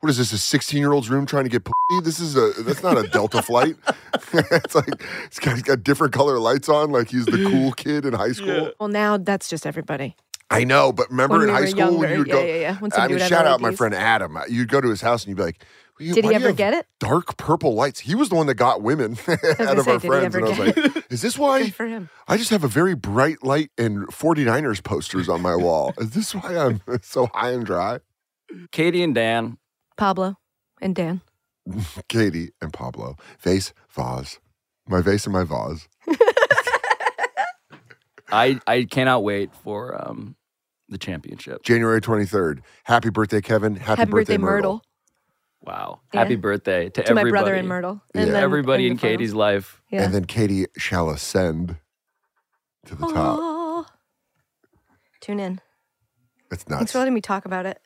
Speaker 2: What is this? A 16 year old's room trying to get pussy? This is a. That's not a Delta flight. *laughs* it's like this guy's got different color lights on. Like he's the
Speaker 4: *laughs*
Speaker 2: cool kid in high school.
Speaker 4: Well, now that's just everybody.
Speaker 2: I know, but remember in
Speaker 4: When we
Speaker 2: high
Speaker 4: were
Speaker 2: school when
Speaker 4: younger,
Speaker 2: you would
Speaker 4: yeah,
Speaker 2: go.
Speaker 4: yeah, yeah. When
Speaker 2: I
Speaker 4: somebody
Speaker 2: mean,
Speaker 4: would have
Speaker 2: shout out my
Speaker 4: LEDs.
Speaker 2: friend Adam. You'd go to his house and you'd be like, "Why
Speaker 4: Did
Speaker 2: do
Speaker 4: he
Speaker 2: you
Speaker 4: ever
Speaker 2: have
Speaker 4: get it?
Speaker 2: Dark purple lights. He was the one that got women *laughs*
Speaker 4: gonna
Speaker 2: out of
Speaker 4: say,
Speaker 2: our
Speaker 4: did he
Speaker 2: friends,
Speaker 4: ever
Speaker 2: and I was
Speaker 4: get
Speaker 2: like, "Is this why?"
Speaker 4: Good for him.
Speaker 2: I just have a very bright light and 49ers posters on my wall. Is this why I'm so high and dry? *laughs*
Speaker 1: Katie and Dan.
Speaker 4: Pablo and Dan.
Speaker 2: Katie and Pablo. Vase, vase. My vase and my vase.
Speaker 1: I I cannot wait for um the championship.
Speaker 2: January 23rd. Happy birthday, Kevin. Happy, birthday, Myrtle.
Speaker 1: Wow.
Speaker 4: Yeah.
Speaker 1: Happy birthday to,
Speaker 4: To my
Speaker 1: everybody.
Speaker 4: brother and Myrtle.
Speaker 1: To
Speaker 4: And then
Speaker 1: everybody
Speaker 4: in
Speaker 1: in,
Speaker 4: the finals.
Speaker 1: Katie's life.
Speaker 4: Yeah.
Speaker 2: And then Katie shall ascend to the top.
Speaker 4: Aw. Tune in.
Speaker 2: It's
Speaker 4: Thanks
Speaker 2: nuts.
Speaker 4: for letting me talk about it.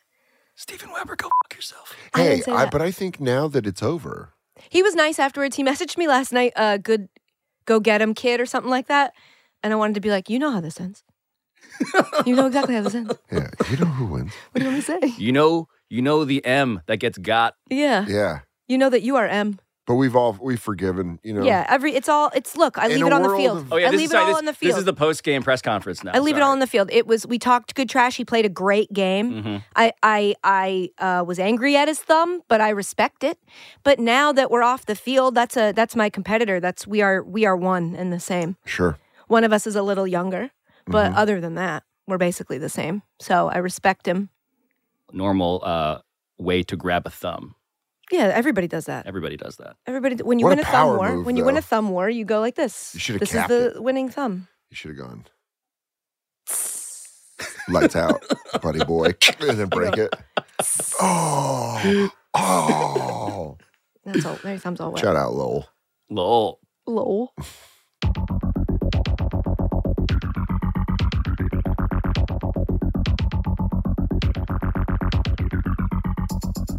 Speaker 1: Stephen Weber, go fuck yourself.
Speaker 4: I didn't
Speaker 2: Hey,
Speaker 4: say
Speaker 2: I,
Speaker 4: that.
Speaker 2: but I think now that it's over,
Speaker 4: He was nice afterwards. He *laughs* messaged me last night, uh, good go get him kid or something like that. And I wanted to be like, you know how this ends. you know exactly how
Speaker 2: *laughs*
Speaker 4: this ends.
Speaker 2: yeah, you know who wins.
Speaker 4: What do you want me to say?
Speaker 1: You know, you know the M that gets got.
Speaker 4: Yeah.
Speaker 2: Yeah,
Speaker 4: You know that you are M.
Speaker 2: but we've all we've forgiven. You know.
Speaker 4: Yeah. Every it's all it's look, I
Speaker 2: In
Speaker 4: leave
Speaker 2: a
Speaker 4: it on the
Speaker 2: world
Speaker 4: field.
Speaker 2: of-
Speaker 1: Oh yeah,
Speaker 4: I
Speaker 1: this
Speaker 4: leave
Speaker 1: is
Speaker 4: it all
Speaker 1: sorry, this,
Speaker 4: on the
Speaker 1: this
Speaker 4: field.
Speaker 1: is the post game press conference now.
Speaker 4: I leave it all on the field. It was we talked good trash. He played a great game. I I I uh, was angry at his thumb, but I respect it. But now that we're off the field, that's a that's my competitor. That's we are we are one and the same.
Speaker 2: Sure.
Speaker 4: One of us is a little younger, but other than that, we're basically the same. So I respect him.
Speaker 1: Normal uh, way to grab a thumb.
Speaker 4: Yeah, everybody does that.
Speaker 1: Everybody does that.
Speaker 4: Everybody when you
Speaker 1: What a
Speaker 4: win a, thumb
Speaker 1: power
Speaker 4: war,
Speaker 1: move,
Speaker 4: when you win
Speaker 1: though.
Speaker 4: a thumb war, you go like this.
Speaker 2: You should've
Speaker 4: this is
Speaker 2: capped
Speaker 4: the winning thumb.
Speaker 2: You should have gone. Lights out, buddy boy, and then break it. Oh, oh!
Speaker 4: That's all. Their thumb's all wet.
Speaker 2: Shout out, Lowell.
Speaker 1: Lowell.
Speaker 4: Lol.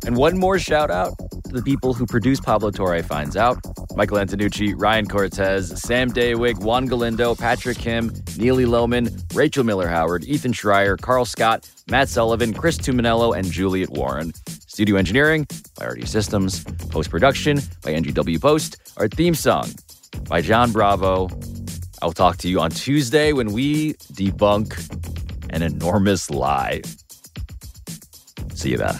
Speaker 1: And one more shout out to the people who produce Pablo Torre Finds Out Michael Antonucci, Ryan Cortez, Sam Daywig, Juan Galindo, Patrick Kim, Neely Lohman, Rachel Miller Howard, Ethan Schreier, Carl Scott, Matt Sullivan, Chris Tuminello, and Juliet Warren. Studio engineering by RD Systems. Post production by NGW Post. Our theme song by John Bravo. I'll talk to you on Tuesday when we debunk an enormous lie. See you then.